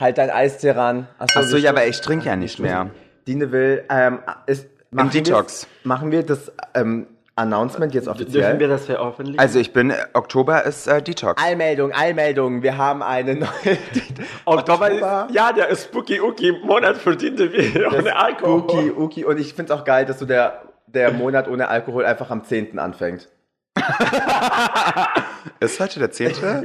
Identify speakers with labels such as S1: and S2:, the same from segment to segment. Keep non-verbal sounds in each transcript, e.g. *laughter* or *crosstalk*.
S1: Halt dein Eistee ran. Achso,
S2: Achso, ja, aber ich trinke ja nicht mehr.
S1: Dine will, ähm, ist, machen wir's-
S2: Detox.
S1: Machen wir das ähm, Announcement jetzt
S3: Dürfen wir
S1: offiziell?
S3: das veröffentlichen?
S2: Also ich bin, äh, Oktober ist äh, Detox.
S1: Allmeldung, Allmeldung, wir haben eine neue *laughs*
S3: Oktober
S1: Oktober.
S3: ist, ja, der Spooky Uki Monat für Tintenbier *laughs* ohne Alkohol.
S1: Uki, Uki. Und ich find's auch geil, dass so der, der Monat ohne Alkohol einfach am 10. anfängt.
S2: Ist heute der 10.?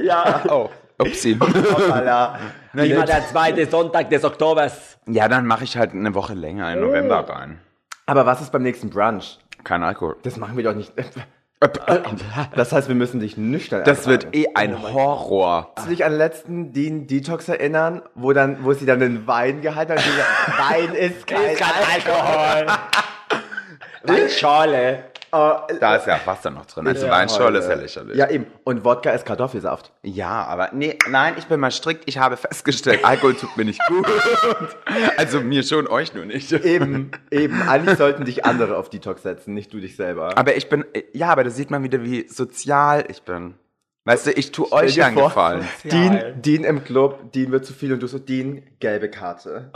S1: *laughs*
S3: *laughs* Ja.
S2: Oh, upsi. *laughs*
S1: Hoppala. Immer der zweite Sonntag des Oktobers.
S2: ja, dann mache ich halt eine Woche länger in
S1: Äh.
S2: November rein.
S1: Aber was ist beim nächsten Brunch?
S2: Kein Alkohol.
S1: Das machen wir doch
S2: *laughs*
S1: nicht. Das heißt, wir müssen dich nüchtern
S2: Das wird
S1: ertragen.
S2: eh ein Horror.
S1: Kannst du dich an den letzten Dean Detox erinnern, wo dann, wo sie dann den Wein gehalten hat? und gesagt, *laughs* Wein ist kein,
S3: Kein Alkohol. *laughs* Nein, Schale.
S1: Alkohol.
S2: Da ist ja Wasser noch drin. Also
S1: Ja,
S2: Weinschorle
S1: Oh, Leute.
S2: ist ja lächerlich.
S1: Ja, eben. Und Wodka ist Kartoffelsaft.
S2: Ja, aber nee, nein, ich bin mal strikt. Ich habe festgestellt, Alkohol tut mir nicht gut. *laughs* Also mir schon, euch nur nicht.
S1: Eben, eben. Eigentlich sollten dich andere auf Detox setzen, nicht du dich selber.
S2: Aber ich bin, äh, ja, aber da sieht man wieder, wie sozial ich bin. Weißt du, ich tue euch
S1: dir
S2: einen
S1: vor-
S2: Gefallen.
S1: Dean, Dean im Club, Dean wird zu viel und du so, Dean, gelbe *laughs* Karte.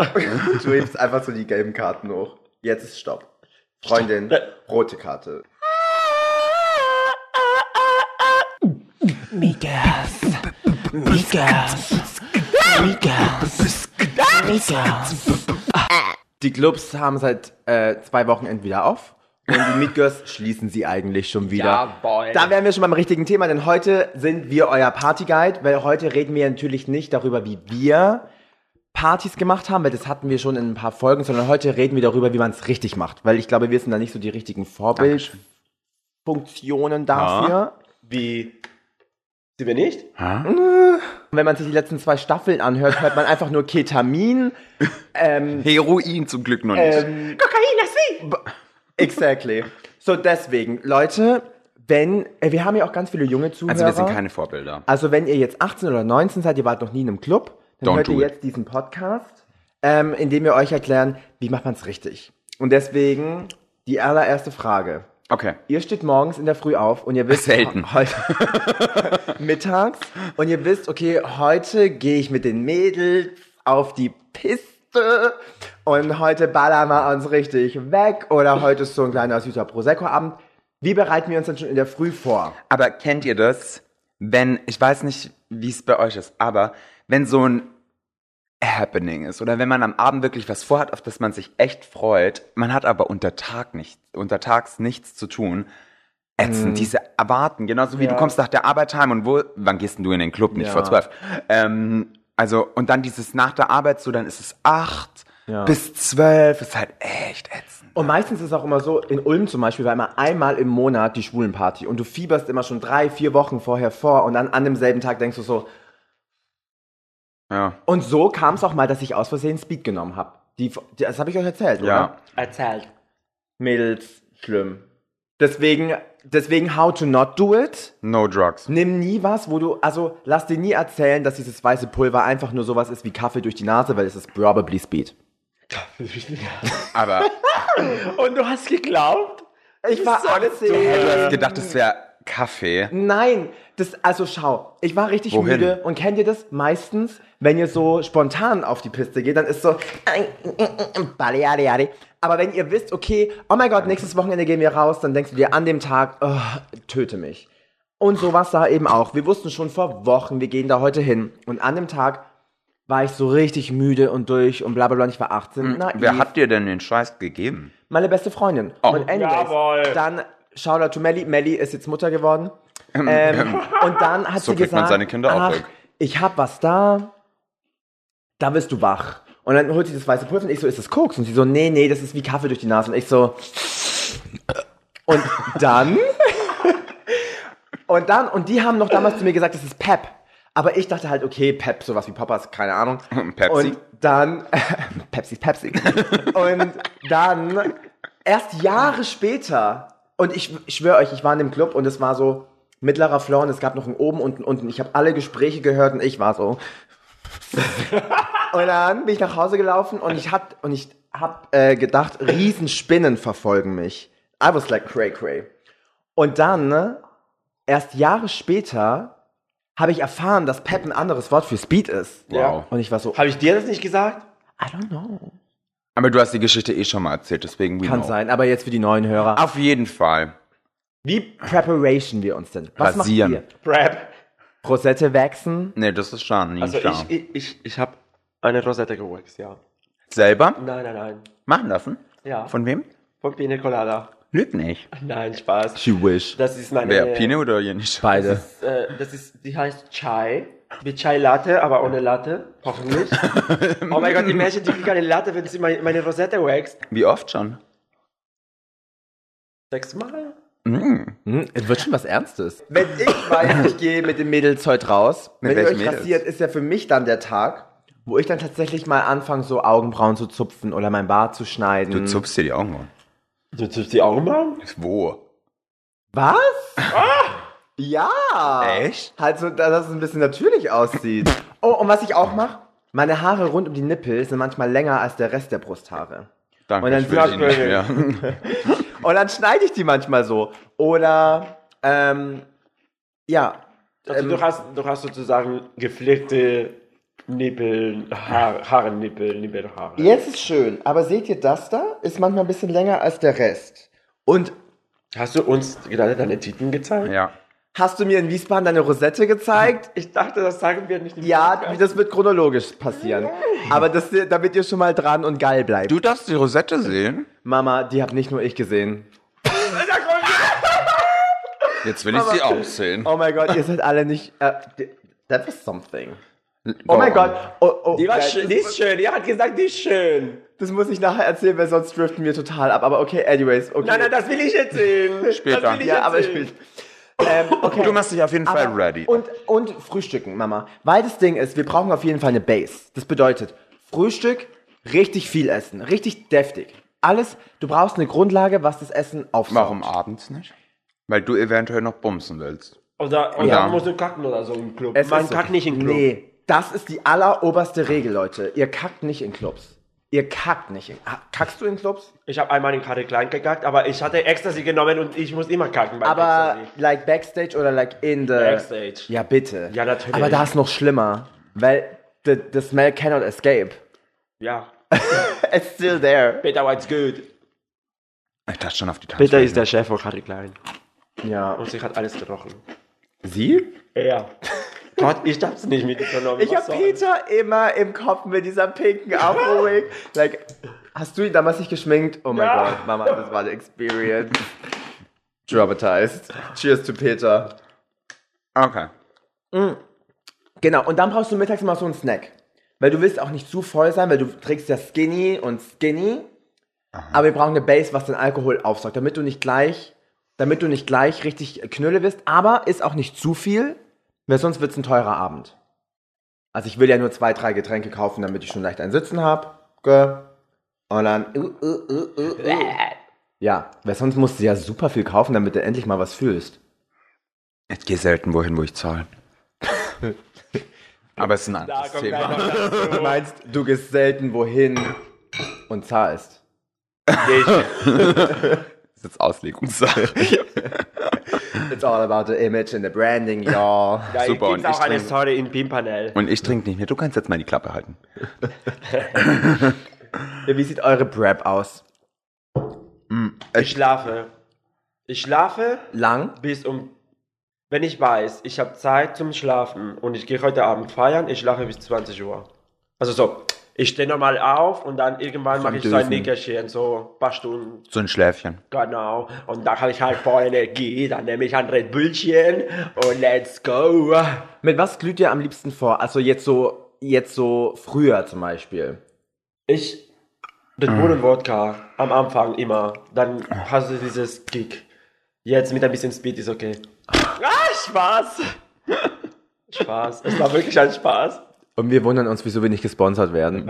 S1: du hebst einfach so die gelben Karten hoch. Jetzt ist Stopp. Freundin, rote Karte.
S4: Migas. Migas. Migas. Migas.
S1: Die Clubs haben seit äh, zwei Wochenenden wieder auf. Und
S3: *laughs*
S1: die Meatgirls schließen sie eigentlich schon wieder.
S3: Jawohl.
S1: Da wären wir schon beim richtigen Thema, denn heute sind wir euer Partyguide, weil heute reden wir natürlich nicht darüber, wie wir Partys gemacht haben, weil das hatten wir schon in ein paar Folgen, sondern heute reden wir darüber, wie man es richtig macht, weil ich glaube, wir sind da nicht so die richtigen Vorbildfunktionen dafür.
S3: Wie? Sind wir nicht?
S1: Und wenn man sich die letzten zwei Staffeln anhört, hört man einfach nur Ketamin.
S2: Heroin zum Glück noch nicht.
S1: Ähm, Exactly. So deswegen, Leute, wenn äh, wir haben ja auch ganz viele junge Zuhörer.
S2: also wir sind keine Vorbilder.
S1: Also wenn ihr jetzt 18 oder 19 seid, ihr wart noch nie in einem Club, dann
S2: Don't
S1: hört
S2: do
S1: ihr
S2: it.
S1: jetzt diesen Podcast, ähm, in dem wir euch erklären, wie macht man es richtig. Und deswegen die allererste Frage.
S2: Okay.
S1: Ihr steht morgens in der Früh auf und ihr wisst *laughs*
S2: Selten.
S1: heute mittags und ihr wisst, okay, heute gehe ich mit den Mädels auf die Piste und heute ballern wir uns richtig weg oder heute ist so ein kleiner süßer Prosecco Abend. Wie bereiten wir uns dann schon in der Früh vor?
S2: Aber kennt ihr das, wenn, ich weiß nicht, wie es bei euch ist, aber wenn so ein Happening ist oder wenn man am Abend wirklich was vorhat, auf das man sich echt freut, man hat aber unter, Tag nicht, unter Tags nichts zu tun, ätzend, diese Erwarten, genauso wie du kommst nach der Arbeit heim und wo, wann gehst denn du in den Club, nicht
S1: Ja.
S2: vor zwölf? Ähm, also, und dann dieses nach der Arbeit, so dann ist es acht
S1: Ja.
S2: bis zwölf, ist halt echt ätzend.
S1: Und meistens ist es auch immer so, in Ulm zum Beispiel war immer einmal im Monat die Schwulenparty und du fieberst immer schon drei, vier Wochen vorher vor und dann an demselben Tag denkst du so.
S2: Ja,
S1: Und so kam es auch mal, dass ich aus Versehen Speed genommen habe. Die, die- das habe ich euch erzählt,
S2: ja.
S1: oder?
S3: Erzählt.
S1: Mädels, schlimm. Deswegen, deswegen how to not do it.
S2: No drugs.
S1: Nimm nie was, wo du, also lass dir nie erzählen, dass dieses weiße Pulver einfach nur sowas ist wie Kaffee durch die Nase, weil es ist probably Speed.
S2: Aber
S3: Und du hast geglaubt?
S1: Ich war
S3: So eine
S1: 18.
S2: du hast gedacht, das wäre Kaffee.
S1: Nein, das, also schau, ich war richtig
S2: Wohin?
S1: müde und kennt ihr das meistens, wenn ihr so spontan auf die Piste geht, dann ist so, äh, Bali, ali, ali. aber wenn ihr wisst, okay, oh mein Gott, nächstes Wochenende gehen wir raus, dann denkst du dir an dem Tag, oh, töte mich. Und so war es da eben auch. Wir wussten schon vor Wochen, wir gehen da heute hin. Und an dem Tag war ich so richtig müde und durch und bla bla bla, und ich war 18. naiv.
S2: Hm. Wer hat dir denn den Scheiß gegeben?
S1: Meine beste Freundin.
S2: Oh.
S1: Und anyways,
S3: Jawohl.
S1: dann Shoutout to Melly. Melly ist jetzt Mutter geworden. Ähm, und dann hat
S2: So
S1: sie
S2: kriegt
S1: gesagt,
S2: man seine Kinder auch
S1: ach,
S2: weg."
S1: ich hab was da, da wirst du wach. Und dann holt sie das weiße Pulver und ich so, ist das Koks? Und sie so, nee, nee, das ist wie Kaffee durch die Nase. Und ich so, und dann, und dann, und die haben noch damals zu mir gesagt, das ist Pep. Aber ich dachte halt, okay, Pep, sowas wie Papas, keine Ahnung.
S2: Pepsi.
S1: Und dann, *laughs* Pepsi, ist Pepsi. und dann, erst Jahre später, und ich, ich schwöre euch, ich war in dem Club und es war so mittlerer Floor und es gab noch einen oben, unten, unten. Ich habe alle Gespräche gehört und ich war so. und dann bin ich nach Hause gelaufen und ich hab, und ich hab äh, gedacht, Riesenspinnen verfolgen mich. I was like cray cray. Und dann, ne, erst Jahre später, habe ich erfahren, dass Pep ein anderes Wort für Speed ist.
S2: Wow.
S1: Und ich war so, I
S3: Habe ich dir das nicht gesagt?
S1: don't know.
S2: Aber du hast die Geschichte eh schon mal erzählt, deswegen we
S1: Kann
S2: know.
S1: sein, aber jetzt für die neuen Hörer.
S2: Auf jeden Fall.
S1: Wie preparation wir uns denn? Was
S2: Rasieren.
S1: macht ihr?
S3: Prep.
S1: Rosette wachsen?
S2: Nee, das ist schon nicht
S3: Also
S2: klar.
S3: ich, ich, ich, ich habe eine Rosette gewächst, ja.
S2: Selber
S3: Nein, nein, nein.
S2: machen lassen?
S3: Ja.
S2: Von wem?
S3: Von Pina Colada.
S2: Lügt nicht.
S3: Nein, Spaß.
S1: She wish.
S3: Das ist meine.
S2: Wer, Pine oder Jenisch?
S1: Beide.
S3: Äh, das ist, die heißt Chai. Wie Chai Latte, aber ohne Latte. Hoffentlich. oh mein Gott, die Menschen, die kriegen keine Latte, wenn sie meine, meine Rosette wächst.
S2: Wie oft schon?
S3: Sechsmal?
S2: Mm.
S1: Hm, es wird schon was Ernstes. Wenn ich weiß, ich gehe mit dem Mädels heute raus,
S2: Mit
S1: wenn ihr
S2: welchen
S1: euch
S2: Mädels?
S1: rasiert, ist ja für mich dann der Tag, wo ich dann tatsächlich mal anfange, so Augenbrauen zu zupfen oder mein Bart zu schneiden.
S2: Du zupfst dir die Augenbrauen.
S3: Du zupfst die Augenbrauen?
S2: Wo?
S1: Was? ja.
S2: Echt?
S1: Halt so, dass es ein bisschen natürlich aussieht. Oh, und was ich auch mache, meine Haare rund um die Nippel sind manchmal länger als der Rest der Brusthaare.
S2: Danke,
S1: Und dann
S2: ich will dich nicht
S3: Blackberry.
S2: mehr.
S1: Und dann schneide ich die manchmal so. Oder, ähm, ja.
S3: Also
S1: Ähm,
S3: du, hast, du hast sozusagen gepflegte Nippel, Haar, Haare, Nippel, Nippelhaare.
S1: Jetzt ist schön, aber seht ihr das da? Ist manchmal ein bisschen länger als der Rest. Und
S3: Hast du uns gerade deine Titten gezeigt?
S2: *laughs* Ja.
S1: hast du mir in Wiesbaden deine Rosette gezeigt?
S3: Ich dachte, das sagen wir nicht. im
S1: Ja,
S3: Podcast.
S1: das wird chronologisch passieren. Aber das, damit ihr schon mal dran und geil bleibt.
S2: Du darfst die Rosette sehen.
S1: Mama, die hab nicht nur ich gesehen.
S2: Jetzt will ich sie auch sehen.
S1: Oh mein Gott, ihr seid alle nicht. Äh, d- that was something. Oh mein Gott. Oh, oh,
S3: Die, war
S1: nein,
S3: schön, die
S1: das,
S3: ist schön. Die hat gesagt, die ist schön.
S1: das muss ich nachher erzählen, weil sonst driften wir total ab. Aber okay, anyways. Okay.
S3: Nein, nein, das will ich erzählen.
S2: Später.
S3: Das will ich
S1: ja, aber ich
S3: erzählen.
S1: will. Ähm, okay.
S2: Du machst dich auf jeden Fall
S1: Aber-
S2: ready.
S1: Und, und frühstücken, Mama. Weil das Ding ist, wir brauchen auf jeden Fall eine Base. Das bedeutet, Frühstück, richtig viel essen, richtig deftig. Alles, du brauchst eine Grundlage, was das Essen aufsaugt.
S2: Warum abends nicht? Weil du eventuell noch bumsen willst.
S3: Oder, oder
S2: Ja.
S3: man muss nur kacken oder so im Club.
S1: Es
S3: man
S1: ist so.
S3: kackt nicht im Club.
S1: Nee, das ist die alleroberste Regel, Leute. Ihr kackt nicht in Clubs. Ihr kackt nicht. In, Ah, kackst du in Clubs?
S3: Ich habe einmal in Karte Klein gekackt, aber ich hatte Ecstasy genommen und ich muss immer kacken bei
S1: Aber
S3: Ecstasy.
S1: like backstage oder like in the...
S3: Backstage.
S1: Ja, bitte.
S3: Ja, natürlich.
S1: Aber da ist noch schlimmer, weil the, the smell cannot
S3: *laughs*
S1: escape.
S3: Ja.
S1: It's still there.
S3: Peter White's good.
S2: Ich dachte schon auf die Tasche.
S3: Peter ist der Chef von Karte Klein.
S1: Ja.
S3: Und sie hat alles gerochen.
S2: Sie?
S3: Ja. Gott, ich hab's nicht mitgenommen.
S1: Ich
S3: Was
S1: habe
S3: soll's?
S1: Peter immer im Kopf mit dieser
S3: *laughs*
S1: pinken Afro-Wig. Like, hast du ihn damals nicht geschminkt? Oh mein
S3: Ja.
S1: Gott, Mama, das war eine Experience. Traumatized. Cheers to Peter.
S2: Okay.
S1: Genau, und dann brauchst du mittags mal so einen Snack. Weil du willst auch nicht zu voll sein, weil du trägst ja Skinny und Skinny. Aber wir brauchen eine Base, was den Alkohol aufsaugt, damit du nicht gleich, damit du nicht gleich richtig Knülle wirst. Aber ist auch nicht zu viel, weil sonst wird es ein teurer Abend. Also ich will ja nur zwei, drei Getränke kaufen, damit ich schon leicht ein Sitzen habe. Und dann. Uh, uh, uh, uh, uh. Ja, weil sonst musst du ja super viel kaufen, damit du endlich mal was fühlst.
S2: Ich gehe selten wohin, wo ich zahle. *laughs* Aber es ist ein anderes Thema.
S1: Du meinst, du gehst selten wohin und zahlst.
S2: Das ist jetzt *laughs* Auslegungssache.
S1: It's all about the image and the branding, *laughs* y'all.
S3: Da
S2: Super,
S3: gibt's
S2: und ich
S3: auch eine
S2: trinke-
S3: Story in Pimpanel.
S2: Und ich trinke nicht mehr. Du kannst jetzt mal die Klappe halten.
S1: Wie sieht eure Prep aus?
S3: Ich schlafe. Ich schlafe
S1: Lang?
S3: bis um. Wenn ich weiß, ich habe Zeit zum Schlafen und ich gehe heute Abend feiern, ich schlafe bis 20 Uhr. Also so, ich stehe normal auf und dann irgendwann mache ich so
S2: Dösen.
S3: ein Nickerchen, so ein paar Stunden,
S2: So ein Schläfchen.
S3: genau. Und dann habe ich halt voll Energie, dann nehme ich ein Red Bullchen und let's go.
S1: Mit was glüht ihr am liebsten vor? Also jetzt so, jetzt so früher zum Beispiel.
S3: Ich, Red Bull und Wodka am Anfang immer, dann hast du dieses Kick. Jetzt mit ein bisschen Speed ist okay. Ah, Spaß! Spaß, es war wirklich ein Spaß.
S1: Und wir wundern uns, wieso wir nicht gesponsert werden.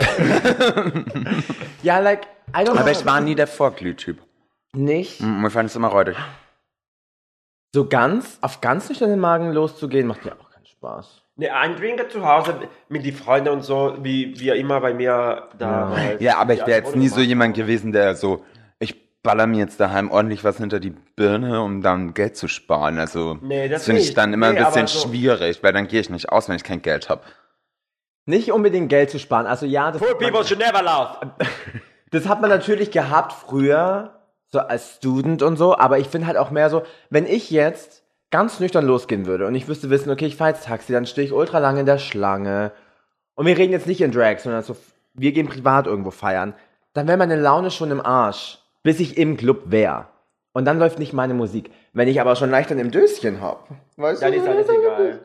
S1: *laughs* ja, like, I don't
S2: Aber
S1: know.
S2: ich war nie der Vorglühtyp.
S1: nicht
S2: Mm, Mir fand es immer räudig.
S1: so ganz, auf ganz nüchternen Magen loszugehen, macht ja auch keinen Spaß.
S3: Ne, ein Drinker zu Hause mit den Freunden und so, wie wir immer bei mir da.
S1: Ja.
S3: halt-
S2: Ja, aber ich
S3: die
S2: wäre jetzt
S3: Alkohol
S2: nie so
S3: gemacht.
S2: jemand gewesen, der so, ich baller mir jetzt daheim ordentlich was hinter die Birne, um dann Geld zu sparen. Also
S3: Nee, das
S2: finde ich
S3: nicht.
S2: dann immer
S3: Nee,
S2: ein
S3: aber
S2: bisschen
S3: so-
S2: schwierig, weil dann gehe ich nicht aus, wenn ich kein Geld habe.
S1: Nicht unbedingt Geld zu sparen. Also ja, das,
S3: Poor people should never laugh.
S1: das hat man natürlich gehabt früher, so als Student und so, aber ich finde halt auch mehr so, wenn ich jetzt ganz nüchtern losgehen würde und ich wüsste wissen, okay, ich fahre jetzt Taxi, dann stehe ich ultra lange in der Schlange. Und wir reden jetzt nicht in Drag, sondern so, wir gehen privat irgendwo feiern. Dann wäre meine Laune schon im Arsch, bis ich im Club wäre. Und dann läuft nicht meine Musik. Wenn ich aber schon leicht an dem Döschen hab, weißt
S3: Dann
S1: du,
S3: ist alles egal.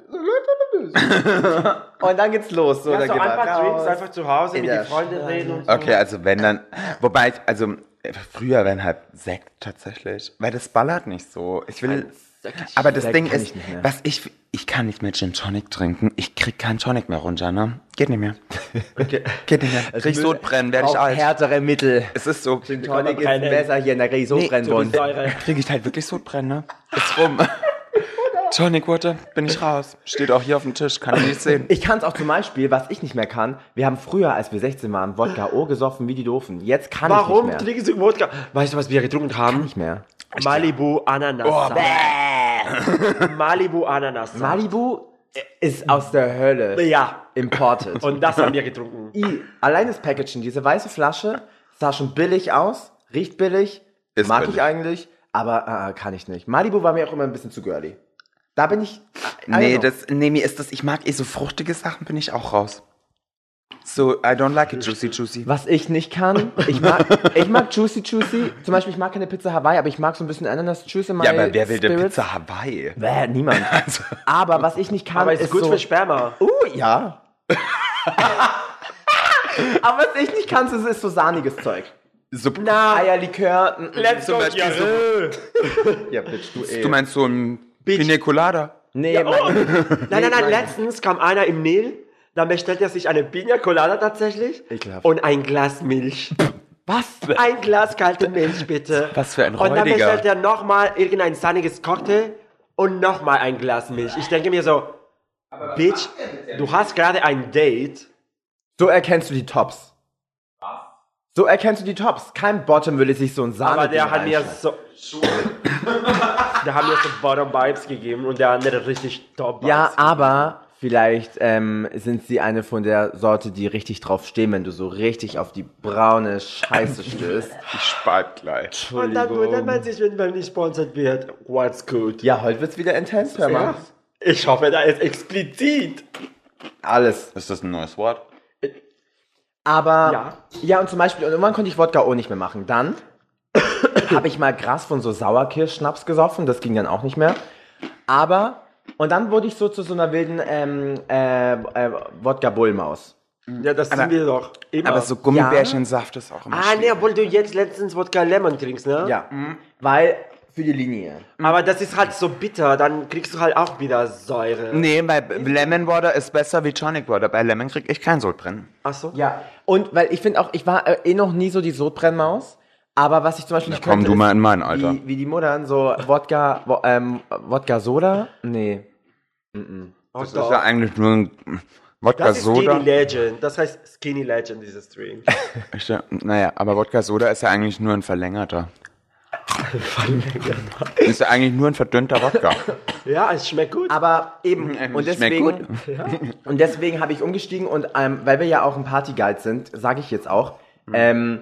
S1: Und dann geht's los. So,
S3: Lass
S1: dann gehen
S3: doch
S1: wir
S3: Also einfach
S1: raus.
S3: Drinks, einfach zu Hause
S1: In
S3: mit
S1: der
S3: den Freunden reden und so.
S2: Okay, also wenn dann, wobei, ich- also äh, früher wenn halt Sekt tatsächlich, weil das ballert nicht so. Ich will, aber das
S1: Sekt
S2: Ding
S1: kann
S2: ist,
S1: ich nicht mehr.
S2: was ich, ich kann nicht mehr Gin Tonic trinken, ich krieg keinen Tonic mehr runter, ne? Geht nicht mehr. Geht nicht mehr. Krieg Sodbrennen, werde ich
S1: Braucht
S2: alt.
S1: härtere Mittel.
S2: Es ist so.
S1: Tonic ist ein
S3: Keine-
S1: Messerchen, da krieg ich Sodbrennen von.
S3: Säure.
S2: Kriege ich halt wirklich Sodbrennen, ne? *laughs* Ist rum. Tonic Water, bin ich raus. Steht auch hier auf dem Tisch, kann ich nicht sehen.
S1: Ich kann es auch zum Beispiel, was ich nicht mehr kann. Wir haben früher, als wir 16 waren,
S3: *laughs*
S1: Wodka O gesoffen wie die Doofen. Jetzt kann
S3: Warum Ah.
S1: ich nicht mehr.
S3: trinkst du Wodka? Weißt du, was wir getrunken haben?
S1: Nicht mehr.
S3: Malibu Ananas.
S2: Oh,
S3: Malibu Ananas.
S1: Malibu ist aus der Hölle.
S3: Ja.
S1: Imported.
S3: Und das haben wir getrunken.
S1: I, allein das Packaging, diese weiße Flasche, sah schon billig aus, riecht billig,
S2: Ist
S1: mag
S2: billig.
S1: ich eigentlich, aber äh, kann ich nicht. Malibu war mir auch immer ein bisschen zu girly. Da bin ich. äh, also, I don't
S2: Nee,
S1: know.
S2: das, nee, mir ist das, ich mag eh so fruchtige Sachen, bin ich auch raus. So, I don't like it juicy juicy.
S1: Was ich nicht kann, ich mag, ich mag Juicy Juicy. Zum Beispiel, ich mag keine Pizza Hawaii, aber ich mag so ein bisschen Ananas Juice in meinen
S2: Ja, aber wer will denn
S1: Spirits. *laughs*
S2: Pizza Hawaii?
S1: Bäh, niemand.
S2: Also,
S1: Aber was ich nicht kann,
S3: Aber ist gut
S1: so,
S3: für Sperma.
S1: Oh, ja. *laughs* aber was ich nicht kann, ist, ist so sahniges Zeug.
S2: so,
S1: Na,
S3: Ah
S1: Eierlikör. n- n-
S3: Let's
S2: Zum
S3: go,
S2: Beispiel
S3: ja.
S2: so-
S1: Ja, bitch, du eh.
S2: du meinst so ein Pina Colada?
S1: nee,
S3: Ja, oh.
S1: mein,
S3: Nein, nein, nein, letztens kam einer im Nil, dann bestellte er sich eine Pina Colada tatsächlich
S1: Ekelhaft.
S3: und ein Glas Milch.
S1: was?
S3: Ein Glas kalte Milch, bitte.
S2: Was für ein
S3: Und dann
S2: Räudiger.
S3: bestellte er nochmal irgendein sahniges Cocktail und nochmal ein Glas Milch. Ich denke mir so, Bitch, du hast gerade ein Date.
S1: So erkennst du die Tops. So erkennst du die Tops. Kein Bottom würde sich so ein Sahne.
S3: Aber der hat mir so. der hat mir so Bottom Vibes gegeben und der andere richtig Top Vibes.
S1: Ja, aber vielleicht ähm, sind sie eine von der Sorte, die richtig drauf stehen, wenn du so richtig auf die braune Scheiße stößt.
S2: Ich spalt gleich.
S3: und dann wundert man sich, wenn man nicht sponsert wird. What's
S1: *laughs*
S3: good?
S1: Ja, heute wird's wieder intens, hör mal.
S3: Ich hoffe, da ist explizit.
S1: Alles.
S2: Ist das ein neues Wort?
S1: Aber ja.
S3: Ja.
S1: ja, und zum Beispiel, und irgendwann konnte ich Wodka auch nicht mehr machen. *coughs* Dann habe ich mal Gras von so Sauerkirschschnaps gesoffen, das ging dann auch nicht mehr. Aber, und dann wurde ich so zu so einer wilden ähm, äh, äh, Wodka-Bullmaus.
S3: Ja, das sind wir doch. Immer.
S2: Mhm. Aber so Gummibärchensaft ist auch immer
S3: ah,
S2: schwierig.
S3: ne, obwohl du jetzt letztens Wodka Lemon trinkst, ne?
S1: Ja, weil für die Linie.
S3: Aber das ist halt so bitter, dann kriegst du halt auch wieder Säure.
S2: Nee, weil Lemon Water ist besser wie Tonic Water. Bei Lemon krieg ich kein Sodbrennen.
S3: Ach so?
S1: Ja, und weil ich finde auch, ich war äh, eh noch nie so die Sodbrennmaus, aber was ich zum Beispiel nicht
S2: komm
S1: könnte,
S2: du mal
S1: ist
S2: in mein Alter.
S1: Wie, wie die Muttern, so Wodka, wo, ähm, Wodka Soda? Nee.
S3: Oh,
S2: Das ist ja eigentlich nur ein Wodka
S3: das ist Skinny
S2: Soda.
S3: Legend. Das heißt Skinny Legend, dieses
S2: *laughs*
S3: Drink.
S2: Ich, äh, naja, aber Wodka Soda ist ja eigentlich nur ein verlängerter. Ist ja eigentlich nur ein verdünnter Wodka.
S3: ja, es schmeckt gut.
S1: Aber eben, und
S2: Mhm, Schmeckt
S1: deswegen,
S2: gut.
S1: *laughs* und deswegen habe ich umgestiegen und ähm, weil wir ja auch ein Partyguide sind, sage ich jetzt auch,
S2: Mhm.
S1: ähm,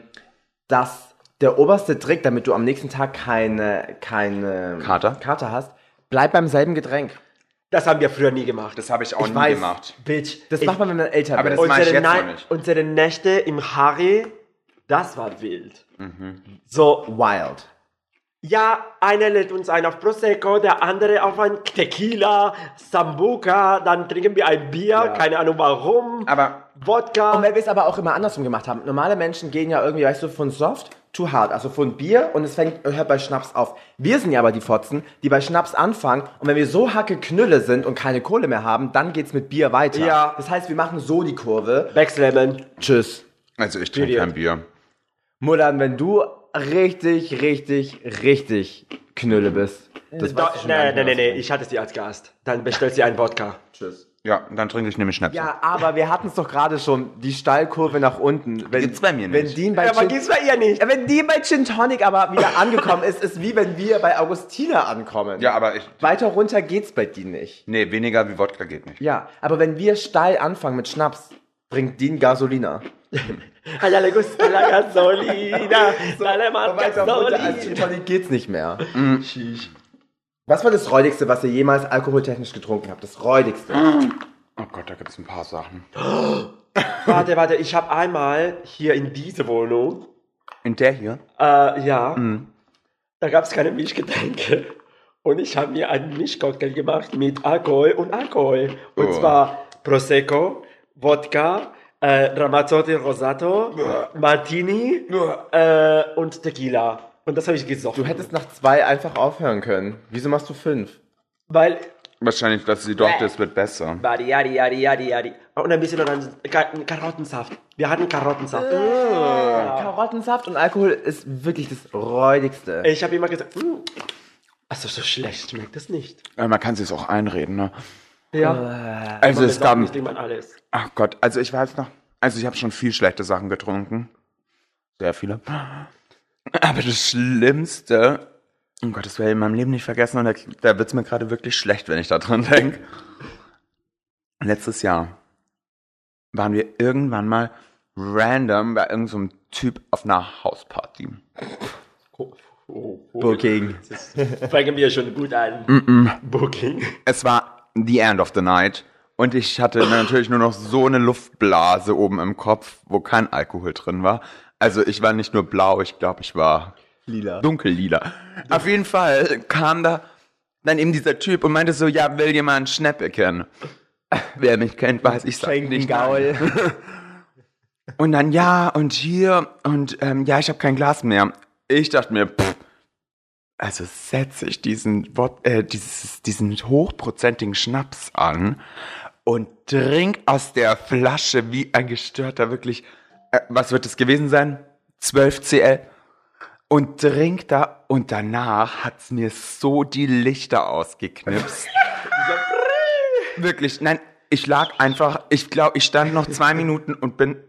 S1: dass der oberste Trick, damit du am nächsten Tag keine, keine
S2: Kater?
S1: Kater hast, bleib beim selben Getränk.
S3: Das haben wir früher nie gemacht.
S2: Das habe ich auch nie
S1: weiß.
S2: gemacht.
S3: Bitch.
S1: Das
S3: ich-
S1: macht man, wenn man älter
S2: Aber
S1: wird.
S2: das mach ich
S3: unsere,
S2: jetzt noch
S3: Nei-
S2: nicht.
S3: unsere Nächte im Harry, das war wild. So,
S1: Wild.
S3: ja, einer lädt uns ein auf Prosecco, der andere auf ein Tequila, Sambuca, dann trinken wir ein Bier, keine Ahnung warum,
S2: Aber
S3: Wodka.
S1: Und weil wir es aber auch immer andersrum gemacht haben. Normale Menschen gehen ja irgendwie, weißt du, von soft to hard, also von Bier und es fängt, hört bei Schnaps auf. Wir sind ja aber die Fotzen, die bei Schnaps anfangen und wenn wir so hacke Knülle sind und keine Kohle mehr haben, dann geht's mit Bier weiter.
S3: Ja.
S1: Das heißt, wir machen so die Kurve.
S3: Backslammen.
S1: Tschüss.
S2: Also ich trinke
S3: Idiot.
S2: kein Bier.
S1: Mulan, wenn du richtig, richtig, richtig Knülle bist. Das
S3: Da,
S1: weißt du schon gar
S3: nee,
S1: nicht mehr, genau.
S3: nee, nee,
S1: was
S3: nee,
S1: du
S3: ich hatte sie als Gast. Dann bestellt sie einen Wodka.
S1: Tschüss.
S2: Ja, dann trinke ich nämlich Schnäpse.
S1: Ja, aber wir hatten es doch gerade schon, die Steilkurve nach unten. Wenn,
S2: Gibt's bei mir
S1: Wenn
S2: nicht.
S1: Dean bei,
S3: Ja, aber
S1: Gin,
S3: geht's bei ihr nicht.
S1: Ja, wenn Dean bei Gin Tonic aber wieder angekommen ist, ist wie wenn wir bei Augustina ankommen.
S2: Ja, aber ich.
S1: Weiter runter geht's bei Dean nicht.
S2: Nee, weniger wie Wodka geht nicht.
S1: Ja, aber wenn wir steil anfangen mit Schnaps, bringt Dean Gasolina.
S3: Alla le gusta la gasolina, alla
S1: Aber weiter runter als Gin
S3: gasolina.
S1: Tonic geht's nicht mehr. Was war das Räudigste, was ihr jemals alkoholtechnisch getrunken habt? Das Räudigste.
S2: Oh Gott, da gibt es ein paar Sachen.
S3: Warte, warte, ich habe einmal hier in diese Wohnung,
S2: In der hier?
S3: äh, ja,
S2: Mhm.
S3: da gab es keine Milchgetränke. Und ich habe mir einen Mischcocktail gemacht mit Alkohol und Alkohol. Und
S2: Oh.
S3: zwar Prosecco, Wodka, äh, Ramazzotti Rosato, Martini äh, und Tequila. Und das habe ich gesoffen.
S1: Du hättest nach zwei einfach aufhören können. Wieso machst du fünf?
S3: Weil
S2: Wahrscheinlich, dass sie doch, das wird besser.
S3: Bari, yari, yari, yari, yari. Und ein bisschen Orangen Ka Karottensaft. Wir hatten Karottensaft.
S1: Mm. Karottensaft und Alkohol ist wirklich das Räudigste.
S3: Ich habe immer gesagt, mm. also so schlecht schmeckt das nicht.
S2: Äh, Man kann sich auch einreden, ne?
S3: Ja.
S2: Also es gab.
S3: nicht irgendwann alles.
S2: Ach Gott, also ich weiß noch. Also ich habe schon viel schlechte Sachen getrunken. Sehr viele. Aber das Schlimmste. Um Gottes Willen, in meinem Leben nicht vergessen. Und da, da wird es mir gerade wirklich schlecht, wenn ich da dran denke. Letztes Jahr waren wir irgendwann mal random bei irgendeinem so einem Typ auf einer Hausparty.
S3: Oh, oh, oh.
S1: Booking.
S3: Das fangen wir schon gut an. Mm Booking.
S2: Es war the end of the night. Und ich hatte natürlich nur noch so eine Luftblase oben im Kopf, wo kein Alkohol drin war. Also ich war nicht nur blau, ich glaube, ich war
S1: Lila.
S2: dunkellila. Auf jeden Fall kam da dann eben dieser Typ und meinte so, ja, will dir mal einen Schnäppchen? Wer mich kennt, weiß, ich sag
S1: Schenken
S2: nicht nein. *laughs* Und dann, ja, und hier, und ähm, ja, ich habe kein Glas mehr. Ich dachte mir, pff, also setze ich diesen, Wod- äh, dieses, diesen hochprozentigen Schnaps an und trink aus der Flasche wie ein gestörter, wirklich, äh, was wird es gewesen sein? 12 CL. Und trink da, und danach hat's mir so die
S1: *laughs*
S2: Lichter ausgeknipst. Wirklich, nein, ich lag einfach, ich glaube, ich stand noch zwei Minuten und bin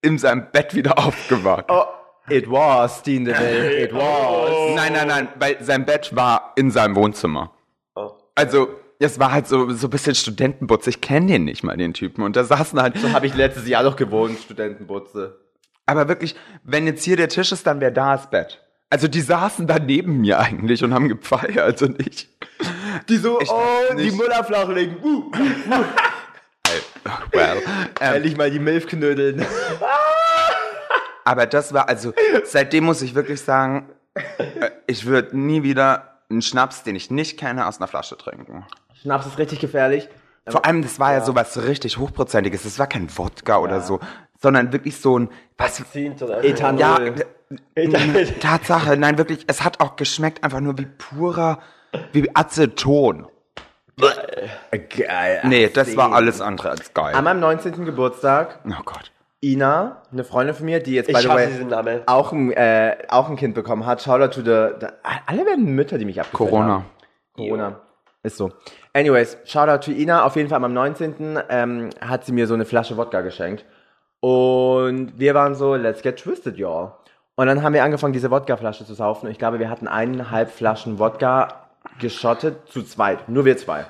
S2: in seinem Bett wieder aufgewacht.
S1: Oh, it was Dean DeVille. It was.
S2: Nein, nein, nein, weil sein Bett war in seinem Wohnzimmer.
S3: Oh.
S2: Also, es war halt so, so ein bisschen Studentenbutz. Ich kenne den nicht mal, den Typen. Und da saßen halt.
S1: Habe ich letztes Jahr noch gewohnt, Studentenbutze.
S2: Aber wirklich, wenn jetzt hier der Tisch ist, dann wäre da das Bett. Also, die saßen da neben mir eigentlich und haben gefeiert und ich.
S1: Die so,
S2: Ich
S1: oh, die
S2: weiß nicht.
S1: Mutter flachlegen. Uh,
S2: Well. Ähm,
S1: endlich mal die Milf knödeln. *laughs*
S2: aber das war, also, seitdem muss ich wirklich sagen, äh, ich würde nie wieder einen Schnaps, den ich nicht kenne, aus einer Flasche trinken.
S1: Schnaps ist richtig gefährlich.
S2: Vor allem, das war ja, sowas richtig Hochprozentiges. Das war kein Wodka oder so, sondern wirklich so ein, was,
S3: Zehnt oder
S1: Ethanol. *laughs*
S2: ja,
S1: Null.
S2: äh, Tatsache, nein, wirklich, es hat auch geschmeckt einfach nur wie purer, wie Aceton.
S1: Äh, Geil.
S2: Nee, das war alles andere
S1: An
S2: als geil.
S1: meinem 19. Geburtstag,
S2: Oh Gott.
S1: Ina, eine Freundin von mir, die jetzt, by
S3: Ich
S1: the
S3: habe
S1: way,
S3: diesen Namen.
S1: auch ein, äh, auch ein Kind bekommen hat. Shoutout to the, da, alle werden Mütter, die mich abgefüllt
S2: Corona.
S1: haben. Corona. Ist so. Anyways, Shoutout to Ina. Auf jeden Fall am 19. Ähm, hat sie mir so eine Flasche Wodka geschenkt. Und wir waren so, let's get twisted, y'all. Und dann haben wir angefangen, diese Wodkaflasche zu saufen. Und ich glaube, wir hatten eineinhalb Flaschen Wodka geschottet zu zweit. Nur wir zwei.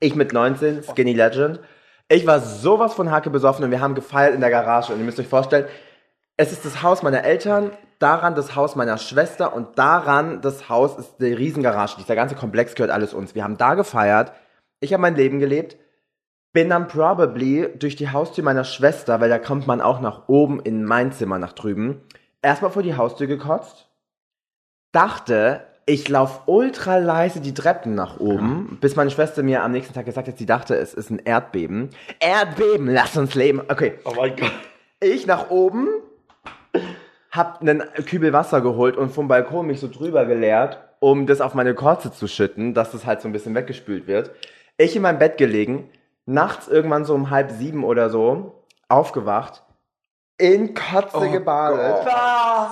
S1: Ich mit 19, Skinny Legend. Ich war sowas von Hacke besoffen und wir haben gefeiert in der Garage. Und ihr müsst euch vorstellen, es ist das Haus meiner Eltern, daran das Haus meiner Schwester und daran das Haus ist die Riesengarage. Dieser ganze Komplex gehört alles uns. Wir haben da gefeiert. Ich habe mein Leben gelebt. Bin dann probably durch die Haustür meiner Schwester, weil da kommt man auch nach oben in mein Zimmer nach drüben, erstmal vor die Haustür gekotzt. Dachte, ich laufe ultra leise die Treppen nach oben, bis meine Schwester mir am nächsten Tag gesagt hat, sie dachte, es ist ein Erdbeben. Erdbeben, lass uns leben. Okay.
S3: Oh mein Gott. *laughs*
S1: Ich nach oben, hab einen Kübel Wasser geholt und vom Balkon mich so drüber geleert, um das auf meine Korze zu schütten, dass das halt so ein bisschen weggespült wird. Ich in meinem Bett gelegen, nachts irgendwann so um halb sieben oder so, aufgewacht, in Kotze gebadet.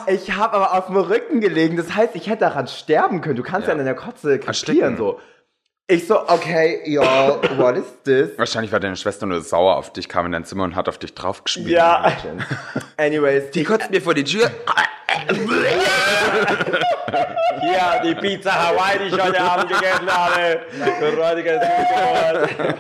S1: Ich habe aber auf dem Rücken gelegen, das heißt, ich hätte daran sterben können. Du kannst ja,
S2: Ja.
S1: an der Kotze krepieren
S2: Ersticken.
S1: so. Ich so, okay, y'all, what is this?
S2: Wahrscheinlich war deine Schwester nur sauer auf dich, kam in dein Zimmer und hat auf dich draufgespielt.
S1: Ja. Anyways,
S2: Die kotzt mir vor die Tür.
S3: Ja, die Pizza Hawaii, die ich heute Abend gegessen habe. Räudiger Süßbrot.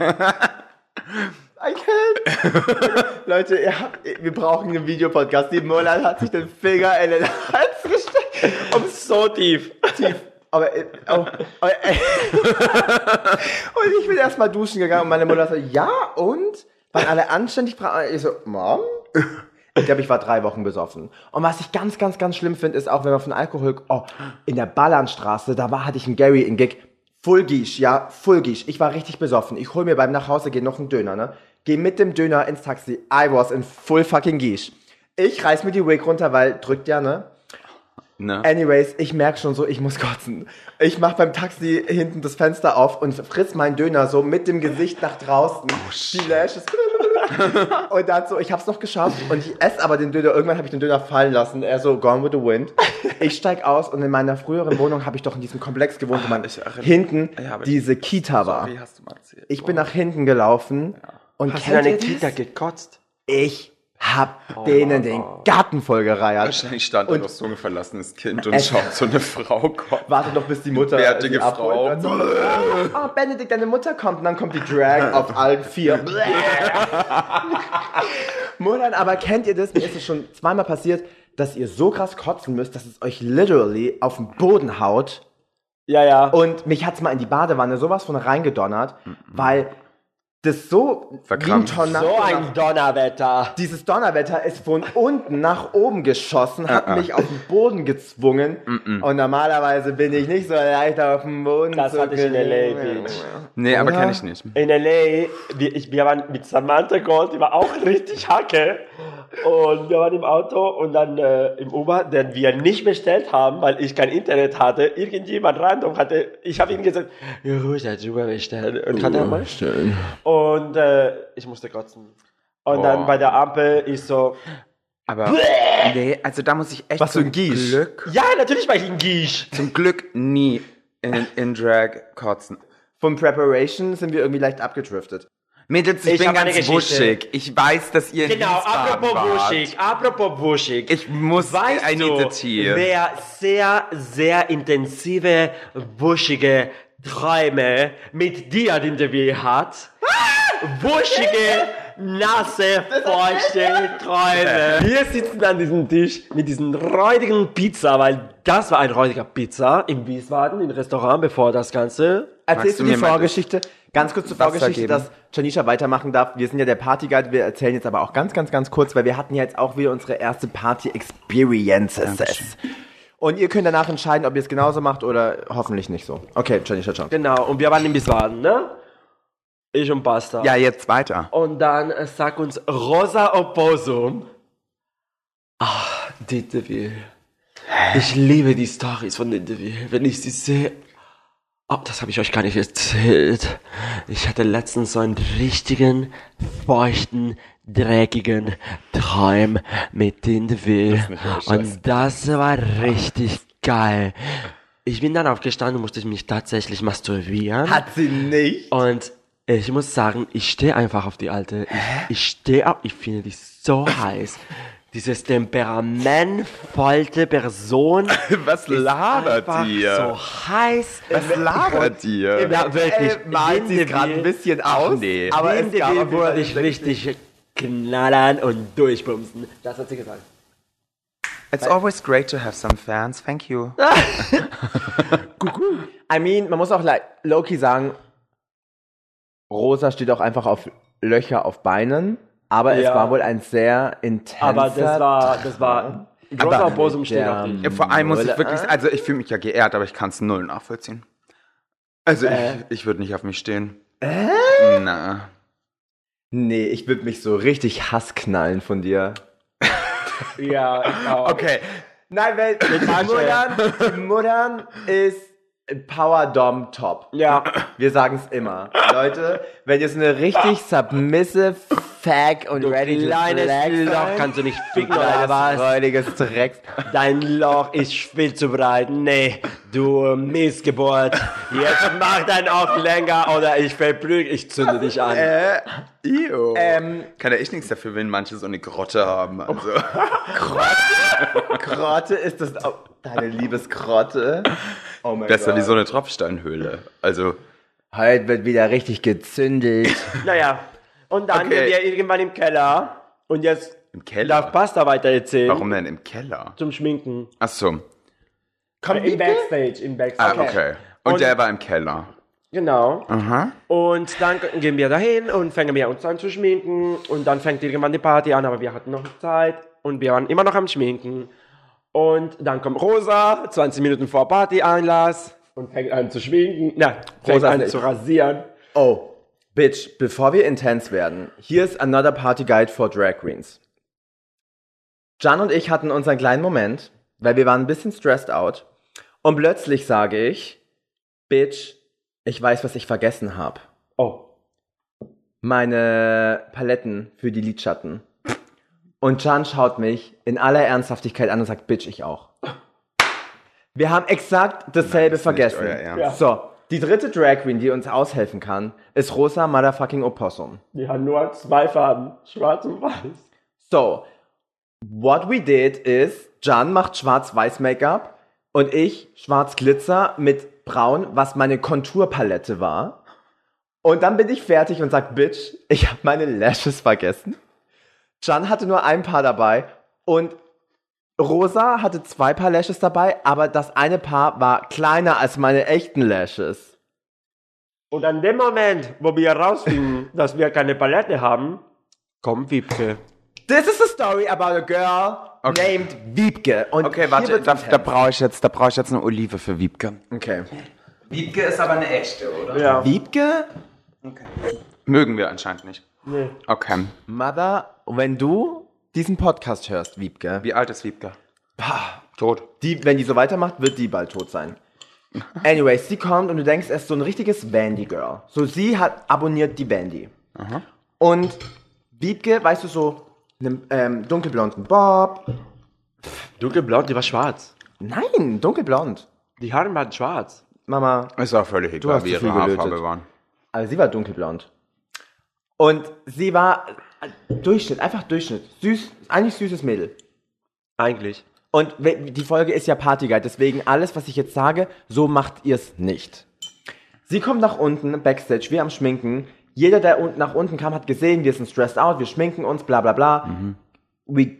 S1: I can't. Leute, ja, wir brauchen einen Videopodcast. Die Mulan hat sich den Finger in den Hals gesteckt. Um
S3: So tief.
S1: tief. Aber, äh, oh, aber äh, *laughs* und ich bin erstmal duschen gegangen und meine Mutter so, ja und? Waren alle anständig? bra- Ich so, Mom? Ich glaube, ich war drei Wochen besoffen. Und was ich ganz, ganz, ganz schlimm finde, ist auch, wenn man von Alkohol, oh, in der Ballernstraße, da war, hatte ich einen Gary in Gig. Full Gish, ja, Full Gish. Ich war richtig besoffen. Ich hol mir beim Nachhause gehen noch einen Döner, ne? Geh mit dem Döner ins Taxi. I was in full fucking Gish. Ich reiß mir die Wig runter, weil drückt ja, ne?
S2: Ne?
S1: Anyways, ich merke schon so, ich muss kotzen. Ich mache beim Taxi hinten das Fenster auf und friss meinen Döner so mit dem Gesicht nach draußen.
S2: Oh,
S1: die
S2: *laughs*
S1: Lashes. Und dann so, ich hab's noch geschafft und ich esse aber den Döner. Irgendwann habe ich den Döner fallen lassen. Er so, gone with the wind. Ich steig aus und in meiner früheren Wohnung habe ich doch in diesem Komplex gewohnt, wo man
S2: Ah, ich erinnere-
S1: hinten
S2: Ja, aber-
S1: diese Kita war.
S2: Wie hast du mal erzählt?
S1: Ich bin nach hinten gelaufen und
S3: Hast du
S1: kennt
S3: deine
S1: ihr das?
S3: Kita gekotzt?
S1: Ich hab
S2: Oh
S1: denen den Garten vollgereiert.
S2: Wahrscheinlich stand da noch so ein verlassenes Kind und schaut so eine Frau kommen.
S1: *laughs* Warte doch, bis die Mutter.
S2: Bärtige
S1: sie abholt.
S2: Frau.
S1: Und dann so, Oh, Benedikt, deine Mutter kommt. Und dann kommt die Drag auf allen vier. *laughs* Mulan, aber kennt ihr das? Mir ist es schon zweimal passiert, dass ihr so krass kotzen müsst, dass es euch literally auf den Boden haut.
S3: Ja, ja.
S1: Und mich hat's mal in die Badewanne sowas von reingedonnert, weil das so
S2: Mhm. Verkrampft.
S1: wie ein Tornado.
S3: so ein Donnerwetter.
S1: Dieses Donnerwetter ist von unten nach oben geschossen, hat
S2: Ah, Mhm. ah.
S1: mich auf den Boden gezwungen. Und normalerweise bin ich nicht so leicht auf dem Boden.
S3: Das
S1: zu
S3: hatte ich in
S1: gelegen.
S3: LA, Bitch.
S2: Nee, aber
S1: Oder?
S2: kenne ich nicht.
S3: In L.A., wir, ich, wir waren mit Samantha Gold, die war auch richtig Hacke. Und wir waren im Auto und dann äh, im Uber, den wir nicht bestellt haben, weil ich kein Internet hatte. Irgendjemand random hatte, ich habe ihm gesagt, ja, ich hätte Uber bestellen. Und hat er mal Und äh, ich musste kotzen. Und
S2: Boah.
S3: dann bei der Ampel ich so,
S2: Aber nee, also da muss ich echt
S1: Was für ein
S2: zum
S1: Gieß.
S2: Glück,
S3: ja, natürlich war ich in Giesch.
S2: zum Glück nie in, in Drag kotzen.
S1: Vom Preparation sind wir irgendwie leicht abgedriftet.
S2: Mädels, ich,
S3: Ich
S2: bin
S3: hab eine
S2: ganz
S3: Geschichte.
S2: wuschig. Ich weiß, dass ihr in
S3: Genau,
S2: Wiesbaden
S3: apropos
S2: wart.
S3: wuschig, apropos wuschig.
S2: Ich muss
S3: Weißt
S2: I need
S3: du,
S2: the tea.
S3: wer sehr, sehr intensive, wuschige Träume mit dir in der Weh hat, wuschige, nasse, feuchte Träume. Wir sitzen an diesem Tisch mit diesem räudigen Pizza, weil das war ein räudiger Pizza in Wiesbaden, im Restaurant, bevor das Ganze...
S1: Erzählst
S2: du
S1: du die
S2: mir mal
S1: Vorgeschichte? Ganz kurz zur
S2: Wasser
S1: Vorgeschichte,
S2: geben?
S1: dass Janisha weitermachen darf. Wir sind ja der Partyguide. Wir erzählen jetzt aber auch ganz, ganz, ganz kurz, weil wir hatten ja jetzt auch wieder unsere erste Party-Experiences. Und ihr könnt danach entscheiden, ob ihr es genauso macht oder hoffentlich nicht so. Okay, Janisha, ciao.
S3: Genau, und wir waren in Wiesbaden, ne? Ich und Basta.
S2: Ja, jetzt weiter.
S3: Und dann äh, sag uns Rosa Oposum. Ah, Ditteville. Ich liebe die Stories von Ditteville. Wenn ich sie sehe. Oh, das habe ich euch gar nicht erzählt. Ich hatte letztens so einen richtigen, feuchten, dreckigen Traum mit Ditteville. Und das war richtig geil. Ich bin dann aufgestanden, musste mich tatsächlich masturbieren.
S1: Hat sie nicht?
S3: Und ich muss sagen, ich stehe einfach auf die alte. Ich, ich stehe auf, ich finde die so heiß. Dieses temperamentvollte Person.
S2: Was labert
S3: einfach
S2: ihr?
S3: So heiß.
S2: Was
S3: *laughs*
S2: labert ihr?
S3: Ja, wirklich.
S1: Äh, malt sie
S3: Lindewiel-
S1: gerade ein bisschen aus.
S2: nee.
S1: Aber es
S3: Lindewiel
S1: gab
S3: würde
S1: wohl
S3: dich richtig knallern und durchbumsen. Das hat sie gesagt.
S2: It's always great to have some fans. Thank you.
S1: I mean, man muss auch like, Loki sagen, Rosa steht auch einfach auf Löcher auf Beinen. Aber es
S3: Ja.
S1: war wohl ein sehr intenser.
S3: Aber das war, das war, großer
S2: Aber-
S3: Oposum steht
S1: Ja.
S3: auf die.
S2: Ja, Vor allem muss ich
S1: Null,
S2: wirklich,
S1: äh?
S2: also ich fühle mich ja geehrt, aber ich kann es null nachvollziehen. Also
S3: Äh.
S2: ich, ich würde nicht auf mich stehen. Äh? Na.
S1: Nee, ich würde mich so richtig Hass knallen von dir.
S3: Ja, ich auch.
S2: Okay,
S1: Nein, weil die
S3: Tasche.
S1: Muttern, die Muttern ist Power Dom Top.
S3: Ja.
S1: Wir sagen es immer. Leute, wenn jetzt eine richtig submissive Fag und ready to
S3: Kleines
S1: flex
S3: Loch
S1: seid,
S3: kannst du nicht ficken oder
S1: kleines,
S3: was?
S1: räudiges Dreck.
S3: Dein Loch ist viel zu breit. Nee, du Missgeburt. Jetzt mach dein Loch länger oder ich verprügel, ich zünde dich an.
S2: Äh, ew.
S1: Ähm,
S2: Kann ja ich nichts dafür, wenn manche so eine Grotte haben. Also.
S1: Krotte ist das. Oh, deine Liebeskrotte. Oh mein
S2: Besser wie
S1: Gott.
S2: so eine Tropfsteinhöhle. Also,
S1: Heute wird wieder richtig gezündelt.
S3: Naja, und dann
S2: Okay.
S3: sind wir irgendwann im Keller. Und jetzt
S2: im
S3: darf
S2: Keller.
S3: Pasta weiter erzählen.
S2: Warum denn im Keller?
S3: Zum Schminken. Äh,
S2: Ach so.
S1: Komm,
S3: Im
S1: bitte.
S3: Backstage, im
S2: Ah,
S3: Backstage.
S2: okay. Und,
S3: Und-
S2: der war im Keller.
S3: Genau.
S2: Aha.
S3: Und dann gehen wir dahin und fangen wir uns an zu schminken. Und dann fängt irgendwann die Party an, aber wir hatten noch Zeit und wir waren immer noch am Schminken. Und dann kommt Rosa, 20 Minuten vor Partyanlass und fängt an zu schminken. Na, fängt
S1: Rosa
S3: an
S1: nicht.
S3: zu rasieren.
S1: Oh, Bitch, bevor wir intens werden, hier ist another Party Guide for Drag Queens. Jan und ich hatten unseren kleinen Moment, weil wir waren ein bisschen stressed out. Und plötzlich sage ich, Bitch, ich weiß, was ich vergessen habe.
S3: Oh,
S1: Meine Paletten für die Lidschatten. Und Jan schaut mich in aller Ernsthaftigkeit an und sagt, Bitch, ich auch. Wir haben exakt dasselbe
S2: ist nicht
S1: vergessen.
S2: euer Ernst.
S1: So, die dritte Drag Queen, die uns aushelfen kann, ist Rosa Motherfucking Opossum.
S3: wir haben nur zwei Farben, schwarz und weiß.
S1: So, what we did is, Jan macht schwarz-weiß Make-up und ich schwarz-glitzer mit braun, was meine Konturpalette war. Und dann bin ich fertig und sag, Bitch, ich habe meine Lashes vergessen. Jan hatte nur ein Paar dabei und Rosa hatte zwei Paar Lashes dabei, aber das eine Paar war kleiner als meine echten Lashes.
S3: Und an dem Moment, wo wir *laughs* herausfinden, dass wir keine Palette haben, kommt Wiebke.
S1: This is a story about a girl
S2: Okay.
S1: named Wiebke. Und
S2: Okay,
S1: hier
S2: warte,
S1: wird's
S2: da,
S1: intense.
S2: da brauche ich jetzt, da brauche ich jetzt eine Olive für Wiebke.
S1: Okay.
S2: Wiebke ist aber eine echte, oder?
S3: Ja.
S1: Wiebke
S2: Mögen wir anscheinend nicht.
S3: Nee.
S2: Okay.
S1: Mother, wenn du diesen Podcast hörst, Wiebke,
S2: Wie alt ist Wiebke? Tot.
S1: die, wenn die so weitermacht, wird die bald tot sein. Anyways, sie kommt und du denkst, es ist so ein richtiges Wandy-Girl. So, sie hat abonniert die Wandy. Und Wiebke, weißt du, so einen ähm, dunkelblonden Bob.
S3: Dunkelblond, die war schwarz.
S1: Nein, dunkelblond.
S3: Die Haare waren schwarz.
S1: Mama,
S2: Ist auch völlig egal,
S1: hast
S2: wie
S1: zu viel
S2: ihre Haarfarbe
S1: gelötet.
S2: waren.
S1: aber Also sie war dunkelblond. Und sie war äh, Durchschnitt, einfach Durchschnitt. Süß, eigentlich süßes Mädel.
S3: Eigentlich.
S1: Und we- die Folge ist ja Partyguide, deswegen alles, was ich jetzt sage, so macht ihr es nicht. Sie kommt nach unten, Backstage, wir am Schminken. Jeder, der un nach unten kam, hat gesehen, wir sind stressed out, wir schminken uns, bla bla bla. We,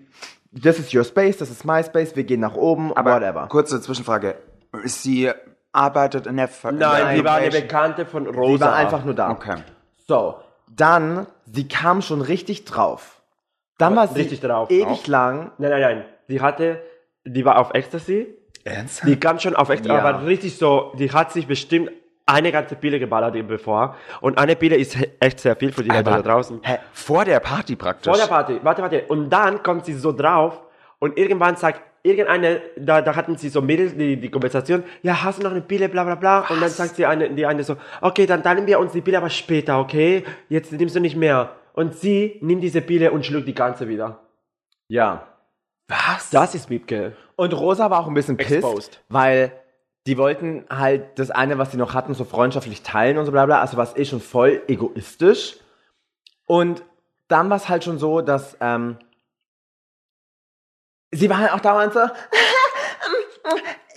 S1: this is your space, this is my space, wir gehen nach oben, whatever.
S2: Kurze Zwischenfrage. Sie arbeitet in der Ver
S3: Nein,
S1: Nein,
S3: die war eine
S1: welche-
S3: Bekannte von Rosa.
S1: Sie war einfach nur da.
S2: Okay.
S1: So, dann, sie kam schon richtig drauf. Dann war sie
S3: Richtig drauf.
S1: ewig
S2: Drauf?
S1: lang.
S3: Nein, nein, nein. Die hatte, die war auf Ecstasy.
S2: Ernst?
S3: Die kam schon auf Ecstasy,
S1: Ja.
S3: aber richtig so, die hat sich bestimmt eine ganze Pille geballert eben bevor. Und eine Pille ist he- echt sehr viel für die Leute da draußen.
S2: Hä? Vor der Party praktisch.
S3: Vor der Party, warte, warte. Und dann kommt sie so drauf und irgendwann sagt irgendeine, da, da hatten sie so Mädels, die, die Konversation, ja, hast du noch eine Pille, bla bla bla. Und dann sagt sie eine, die eine so, okay, dann teilen wir uns die Pille aber später, okay? Jetzt nimmst du nicht mehr. Und sie nimmt diese Pille und schluckt die ganze wieder.
S1: Ja.
S2: Was?
S3: Das ist Wiebke.
S1: Und Rosa war auch ein bisschen pissed,
S3: Exposed.
S1: weil die wollten halt das eine, was sie noch hatten, so freundschaftlich teilen und so bla bla. Also war es eh schon voll egoistisch. Und dann war es halt schon so, dass ähm, sie war halt auch dauernd so, *laughs*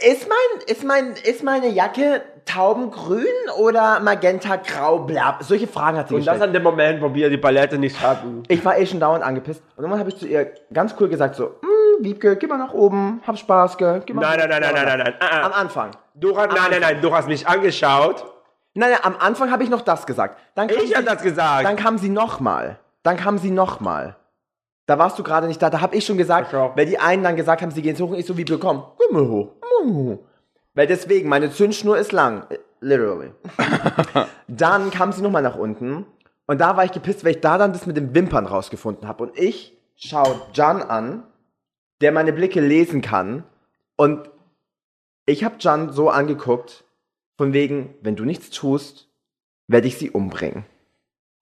S1: ist mein, ist mein, ist meine Jacke taubengrün oder magenta-grau, bla. Solche Fragen hat sie
S3: Und das
S1: gestellt.
S3: an dem Moment, wo wir die Palette nicht hatten.
S1: Ich war eh schon dauernd angepisst. Und irgendwann habe ich zu ihr ganz cool gesagt so, "Mm, Wiebke, geh mal nach oben, hab Spaß, gell? Geh mal
S3: Nein,
S1: nach
S3: nein, nein, nein,
S1: oben."
S3: nein, nein. Ah,
S1: Am
S3: ah.
S1: Anfang.
S3: Du, hast- nein, nein, nein, du hast mich angeschaut.
S1: Nein, nein, am Anfang habe ich noch das gesagt. Dann kam
S3: Ich
S1: sie,
S3: hab das gesagt.
S1: Dann kam sie nochmal. Dann kam sie nochmal. Da warst du gerade nicht da. Da habe ich schon gesagt,
S3: Ach so.
S1: weil die einen dann gesagt haben, sie gehen hoch und ich so wie bekommen. Komm mal hoch. komm mal hoch. Weil deswegen, meine Zündschnur ist lang. Literally. dann kam sie nochmal nach unten. Und da war ich gepisst, weil ich da dann das mit den Wimpern rausgefunden habe. Und ich schaue Jan an, der meine Blicke lesen kann. Und ich habe Jan so angeguckt, Von wegen, wenn du nichts tust, werde ich sie umbringen.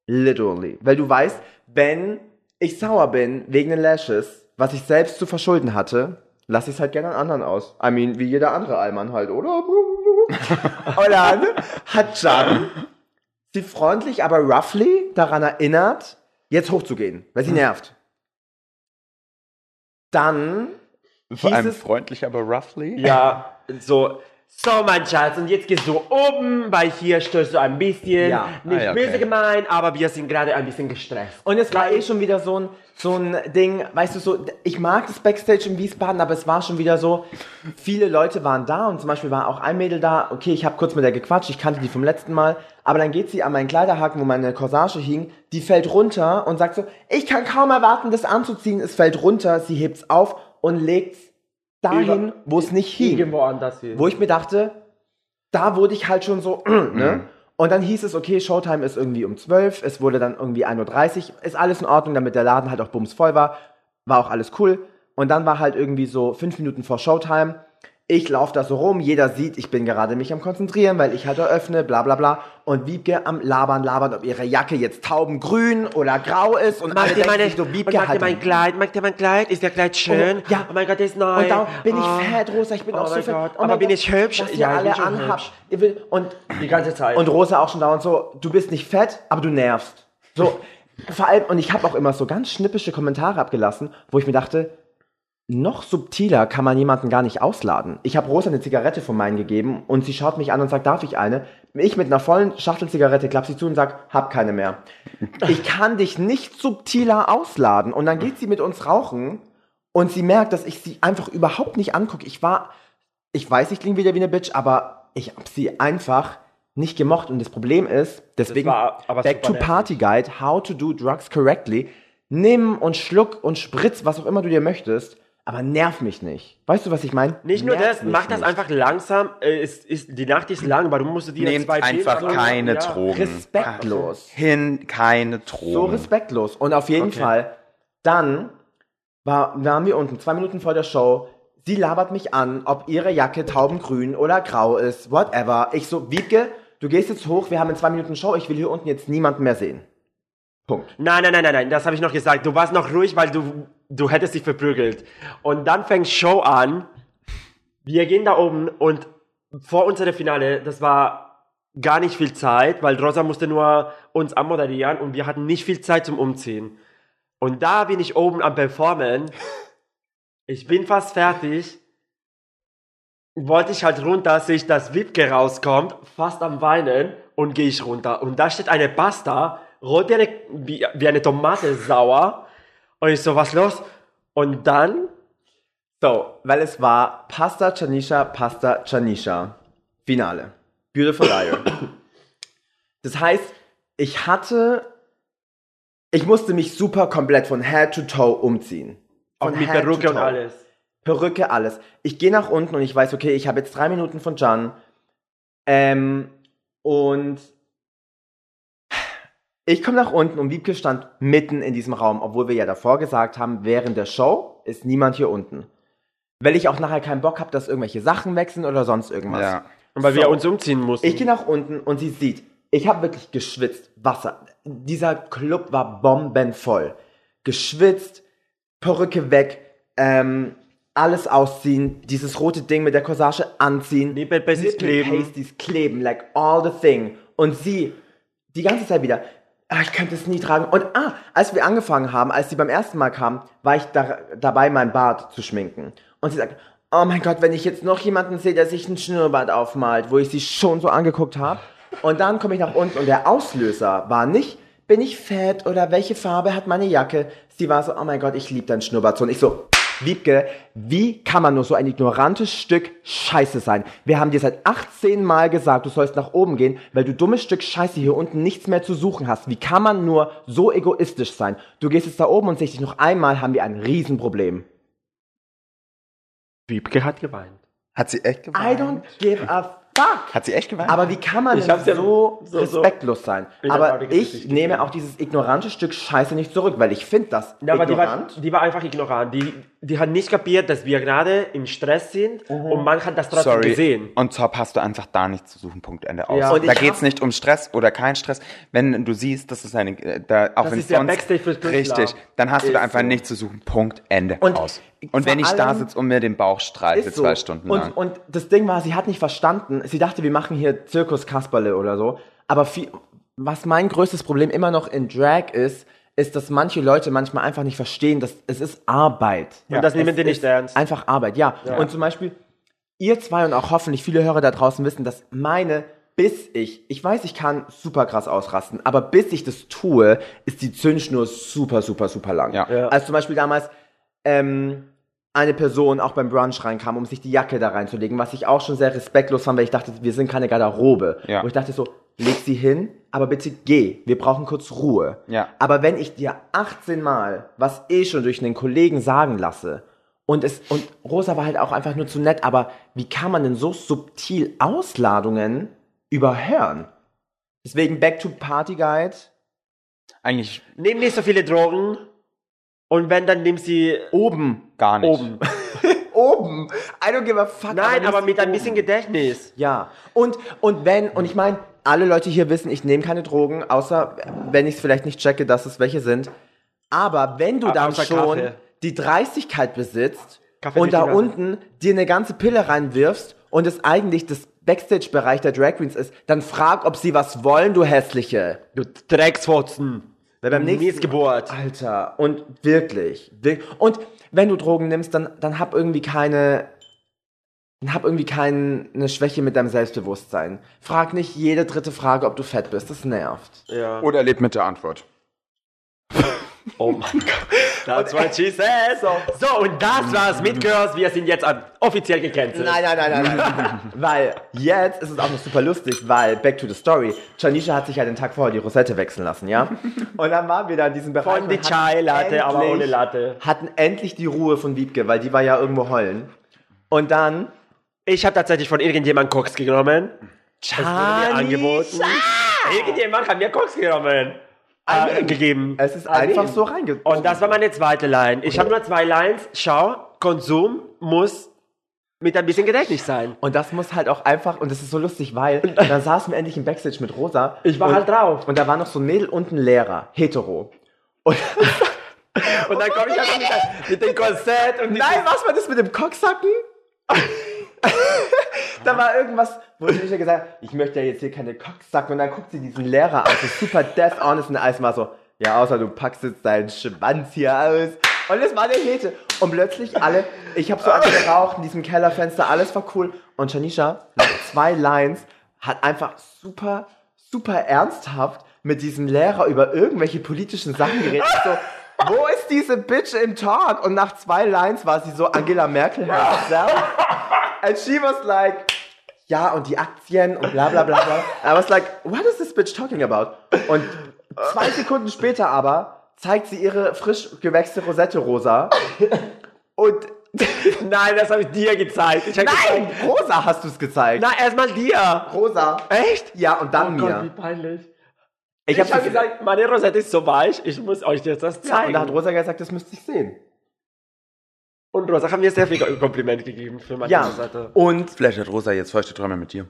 S1: Literally. Weil du weißt, wenn ich sauer bin wegen den Lashes, was ich selbst zu verschulden hatte, lasse ich es halt gerne an anderen aus. I mean, wie jeder andere Allmann halt, oder? *laughs* Und dann hat Jan sie freundlich, aber roughly daran erinnert, jetzt hochzugehen, weil sie nervt. Dann
S2: Vor allem
S1: hieß es-
S2: freundlich, aber roughly.
S3: Ja, so. So, mein Schatz, und jetzt gehst du oben, weil hier stößt du ein bisschen.
S1: Ja.
S3: Nicht
S2: Ah, ja,
S3: böse
S2: okay.
S3: gemeint, aber wir sind gerade ein bisschen gestresst.
S1: Und es war eh schon wieder so ein, so ein Ding, weißt du, so, ich mag das Backstage in Wiesbaden, aber es war schon wieder so, viele Leute waren da und zum Beispiel war auch ein Mädel da, okay, ich habe kurz mit der gequatscht, ich kannte die vom letzten Mal, aber dann geht sie an meinen Kleiderhaken, wo meine Corsage hing, die fällt runter und sagt so, ich kann kaum erwarten, das anzuziehen, es fällt runter, sie hebt's auf und legt's dahin,
S3: Über-
S1: wo es nicht hing
S3: Irgendwo anders hin.
S1: wo ich mir dachte, da wurde ich halt schon so, *clears throat* ne? Und dann hieß es, okay, Showtime ist irgendwie um 12, es wurde dann irgendwie 1.30 Uhr, ist alles in Ordnung, damit der Laden halt auch bumsvoll war, war auch alles cool. Und dann war halt irgendwie so fünf Minuten vor Showtime, ich laufe da so rum, jeder sieht, ich bin gerade mich am Konzentrieren, weil ich halt eröffne, bla bla bla. Und Wiebke am Labern, labern, ob ihre Jacke jetzt taubengrün oder grau ist. Und alle
S3: Mag dir
S1: denken
S3: meine,
S1: sich so,
S3: und
S1: Wiebke
S3: mag dir
S1: halt
S3: mein Kleid, mag dir mein Kleid, ist der Kleid schön?
S1: ja.
S3: Oh mein Gott, der ist neu.
S1: Und da bin ich
S3: Ah.
S1: fett, Rosa, ich bin
S3: Oh
S1: auch so
S3: mein
S1: fett.
S3: Gott,
S1: Oh mein
S3: aber bin
S1: Gott,
S3: ich hübsch?
S1: Was ihr
S3: Ja, ich bin
S1: alle
S3: schon
S1: anhabt.
S3: hübsch.
S1: Ihr will- Und
S3: Die ganze Zeit.
S1: und Rosa auch schon dauernd so, du bist nicht fett, aber du nervst.
S3: *laughs*
S1: So, vor allem, und ich habe auch immer so ganz schnippische Kommentare abgelassen, wo ich mir dachte, noch subtiler kann man jemanden gar nicht ausladen. Ich habe Rosa eine Zigarette von meinen gegeben und sie schaut mich an und sagt, darf ich eine? Ich mit einer vollen Schachtel Zigarette klapp sie zu und sag, hab keine mehr. Ich kann dich nicht subtiler ausladen. Und dann geht sie mit uns rauchen und sie merkt, dass ich sie einfach überhaupt nicht angucke. Ich war, ich weiß, ich klinge wieder wie eine Bitch, aber ich hab sie einfach nicht gemocht. Und das Problem ist, deswegen
S3: war aber
S1: Back
S3: super
S1: to
S3: nervig.
S1: Party Guide, How to do Drugs Correctly. Nimm und schluck und spritz, was auch immer du dir möchtest, aber nerv mich nicht. Weißt du, was ich meine?
S3: Nicht nur
S1: Nerv
S3: das,
S1: mich
S3: mach das
S1: nicht.
S3: einfach langsam. Äh, ist, ist, die Nacht ist lang, warum musst du dir
S2: Nehmt
S3: zwei Pillen
S2: einfach
S3: holen?
S2: keine
S3: Ja.
S2: Drogen.
S1: Respektlos.
S2: Hin, keine
S1: So
S2: Drogen.
S1: respektlos. Und auf jeden
S3: Okay.
S1: Fall, dann war, waren wir unten, zwei Minuten vor der Show. Sie labert mich an, ob ihre Jacke taubengrün oder grau ist, whatever. Ich so, Wiebke, du gehst jetzt hoch, wir haben in zwei Minuten Show, ich will hier unten jetzt niemanden mehr sehen. Punkt.
S3: Nein, nein, nein, nein, nein, das habe ich noch gesagt. Du warst noch ruhig, weil du, du hättest dich verprügelt. Und dann fängt Show an. Wir gehen da oben und vor unserem Finale, das war gar nicht viel Zeit, weil Rosa musste nur uns anmoderieren und wir hatten nicht viel Zeit zum Umziehen. Und da bin ich oben am Performen. Ich bin fast fertig. Wollte ich halt runter, sehe ich, dass Wipke rauskommt, fast am Weinen und gehe ich runter. Und da steht eine Pasta, rot wie eine, wie, wie eine Tomate, sauer. Und ich so, was los? Und dann,
S1: So, weil es war Pasta Chanisha, Pasta Chanisha. Finale. Beautiful
S3: *coughs*
S1: Liar. Das heißt, ich hatte, ich musste mich super komplett von Head to Toe umziehen.
S3: auch
S1: Von
S3: mit
S1: Head to
S3: Perücke und
S1: Toe.
S3: alles.
S1: Perücke, alles. Ich gehe nach unten und ich weiß, okay, ich habe jetzt drei Minuten von Jan. Ähm, und ich komme nach unten und Wiebke stand mitten in diesem Raum, obwohl wir ja davor gesagt haben, während der Show ist niemand hier unten. Weil ich auch nachher keinen Bock habe, dass irgendwelche Sachen wechseln oder sonst irgendwas.
S2: Ja.
S3: Und weil
S1: So.
S3: wir uns umziehen mussten.
S1: Ich gehe nach unten und sie sieht, ich habe wirklich geschwitzt. Wasser. Dieser Club war bombenvoll. Geschwitzt, Perücke weg, ähm, alles ausziehen, dieses rote Ding mit der Corsage anziehen.
S3: Nipple Pasties kleben.
S1: Pasties kleben, like all the thing. Und sie, die ganze Zeit wieder, ah, ich könnte es nie tragen. Und ah, als wir angefangen haben, als sie beim ersten Mal kam, war ich da, dabei, mein Bart zu schminken. Und sie sagt, oh mein Gott, wenn ich jetzt noch jemanden sehe, der sich einen Schnurrbart aufmalt, wo ich sie schon so angeguckt habe. Und dann komme ich nach unten und der Auslöser war nicht, bin ich fett oder welche Farbe hat meine Jacke? Sie war so, oh mein Gott, ich liebe deinen Schnurrbart. so. Und ich so, Wiebke, wie kann man nur so ein ignorantes Stück Scheiße sein? Wir haben dir seit 18 Mal gesagt, du sollst nach oben gehen, weil du dummes Stück Scheiße hier unten nichts mehr zu suchen hast. Wie kann man nur so egoistisch sein? Du gehst jetzt da oben und sehe dich noch einmal, haben wir ein Riesenproblem.
S3: Wiebke hat geweint.
S2: Hat sie echt
S1: I
S2: geweint?
S1: don't give a fuck?
S2: Hat sie echt geweint?
S1: Aber wie kann man
S3: Ich
S1: denn
S3: hab's ja
S1: so,
S3: so- so-
S1: respektlos sein?
S3: Ich hab auch
S1: aber
S3: die
S1: ich
S3: Geschichte
S1: nehme
S3: gesehen.
S1: auch dieses ignorante Stück Scheiße nicht zurück, weil ich finde das
S3: Ja, aber die war,
S1: ignorant.
S3: die war einfach ignorant. Die, die hat nicht kapiert, dass wir gerade im Stress sind
S1: Mhm.
S3: und man hat das trotzdem
S2: Sorry.
S3: gesehen.
S2: Und top hast du einfach da nichts zu suchen. Punkt Ende aus.
S3: Ja.
S1: Und
S2: da
S1: ich
S2: geht's
S1: hab-
S2: nicht um Stress oder kein Stress. Wenn du siehst, das ist eine, äh, da, auch
S3: Das
S2: wenn
S3: ist der
S2: sonst-
S3: Backstage für Künstler.
S2: richtig, dann hast du da
S3: Ist
S2: einfach
S3: so.
S2: nichts zu suchen. Punkt Ende
S1: Und
S2: aus.
S1: vor
S2: Und wenn ich da
S1: allem-
S2: sitze und mir den Bauch streite
S1: Ist so.
S2: zwei Stunden lang.
S1: und, und das Ding war, sie hat nicht verstanden. Sie dachte, wir machen hier Zirkus Kasperle oder so. Aber viel, was mein größtes Problem immer noch in Drag ist, ist, dass manche Leute manchmal einfach nicht verstehen, dass es ist Arbeit.
S3: und das nehmen die nicht
S1: ist
S3: ernst.
S1: Einfach Arbeit, ja. Und zum Beispiel, ihr zwei und auch hoffentlich viele Hörer da draußen wissen, dass meine, bis ich, ich weiß, ich kann super krass ausrasten, aber bis ich das tue, ist die Zündschnur super, super, super lang.
S2: Ja.
S3: Ja.
S1: Als zum Beispiel damals ähm, eine Person auch beim Brunch reinkam, um sich die Jacke da reinzulegen, was ich auch schon sehr respektlos fand, weil ich dachte, wir sind keine Garderobe.
S2: Ja.
S1: Wo ich dachte so, leg sie hin, aber bitte geh, wir brauchen kurz Ruhe.
S2: Ja.
S1: Aber wenn ich dir 18 Mal, was ich schon durch einen Kollegen sagen lasse, und es und Rosa war halt auch einfach nur zu nett, aber wie kann man denn so subtil Ausladungen überhören? Deswegen Back to Party Guide.
S2: Eigentlich
S3: Nimm nicht so viele Drogen und wenn, dann nimm sie
S1: Oben.
S2: gar nicht.
S3: oben.
S1: Oben. I don't give a fuck.
S3: Nein, aber
S1: nicht
S3: mit ein
S1: oben.
S3: bisschen Gedächtnis.
S1: Ja. Und, und wenn, und ich meine, alle Leute hier wissen, ich nehme keine Drogen, außer äh, wenn ich es vielleicht nicht checke, dass es welche sind. Aber wenn du
S3: Ah,
S1: dann
S3: außer
S1: schon
S3: Kaffee.
S1: die Dreistigkeit besitzt
S3: Kaffee
S1: und
S3: nicht
S1: da
S3: egal.
S1: unten dir eine ganze Pille reinwirfst und es eigentlich das Backstage-Bereich der Drag Queens ist, dann frag, ob sie was wollen, du Hässliche.
S3: Du Drecksfotzen.
S1: Weil beim nächsten
S3: Missgeburt.
S1: Alter, und wirklich. wir- Und wenn du Drogen nimmst, dann, dann hab irgendwie keine. Dann hab irgendwie keine Schwäche mit deinem Selbstbewusstsein. Frag nicht jede dritte Frage, ob du fett bist. Das nervt.
S3: Ja.
S2: Oder lebt mit der Antwort.
S3: Oh mein Gott. That's what she says. So. und das war's mit Girls. Wir sind jetzt an- offiziell gecancelt.
S1: Nein, nein, nein, nein, nein. *laughs* weil jetzt ist es auch noch super lustig, weil back to the story. Janisha hat sich ja den Tag vorher die Rosette wechseln lassen, ja? Und dann waren wir da in diesem Bereich.
S3: Von
S1: und
S3: die
S1: hatten
S3: Chai-Latte, aber
S1: endlich-
S3: ohne Latte.
S1: Hatten endlich die Ruhe von Wiebke, weil die war ja irgendwo heulen. Und dann
S3: Ich habe tatsächlich von irgendjemandem Koks genommen. Es wurde mir angeboten. Irgendjemand hat mir Koks genommen. Äh, gegeben.
S1: Es ist
S3: An
S1: einfach
S3: ihn.
S1: so reingezogen.
S3: Und das war meine zweite Line. Ich habe nur zwei Lines. Schau, Konsum muss mit ein bisschen Gedächtnis sein.
S1: und das muss halt auch einfach, und das ist so lustig, weil dann saßen wir endlich im Backstage mit Rosa.
S3: Ich war
S1: und,
S3: halt drauf.
S1: Und da war noch so ein Mädel und ein Lehrer, hetero. Und,
S3: Und dann komme ich einfach mit, der- mit dem Korsett und
S1: nein, was war das mit dem Cocksacken? da war irgendwas, wo ich gesagt habe, ich möchte ja jetzt hier keine Cocksacken. Und dann guckt sie diesen Lehrer an, so super death honest und alles mal so, ja, außer du packst jetzt deinen Schwanz hier aus. Und das war der Hete. Und plötzlich alle, ich habe so angeraucht in diesem Kellerfenster, alles war cool. Und Shanisha, nach zwei Lines, hat einfach super, super ernsthaft mit diesem Lehrer über irgendwelche politischen Sachen geredet. Ich So, wo ist diese Bitch im Talk? Und nach zwei Lines war sie so Angela Merkel herself. And she was like, ja, und die Aktien und bla bla bla bla. I was like, what is this bitch talking about? Und zwei Sekunden später aber zeigt sie ihre frisch gewächste Rosette rosa. Und
S3: Nein, das habe ich dir gezeigt. Ich hab
S1: nein,
S3: Gezeigt,
S1: rosa hast du es gezeigt.
S3: na, erstmal dir.
S1: Rosa.
S3: Echt?
S1: Ja, und dann
S3: Oh
S1: mir.
S3: Gott, wie peinlich.
S1: ich
S3: Ich habe
S1: habe gesagt,
S3: gesagt, meine Rosette ist so weich, ich muss euch jetzt das
S1: ja,
S3: zeigen.
S1: und da hat Rosa gesagt, das müsste ich sehen.
S3: Und Rosa hat mir sehr viel Kompliment gegeben für meine
S1: Ja.
S3: Rosette.
S1: Und
S2: Vielleicht hat Rosa jetzt feuchte Träume mit dir.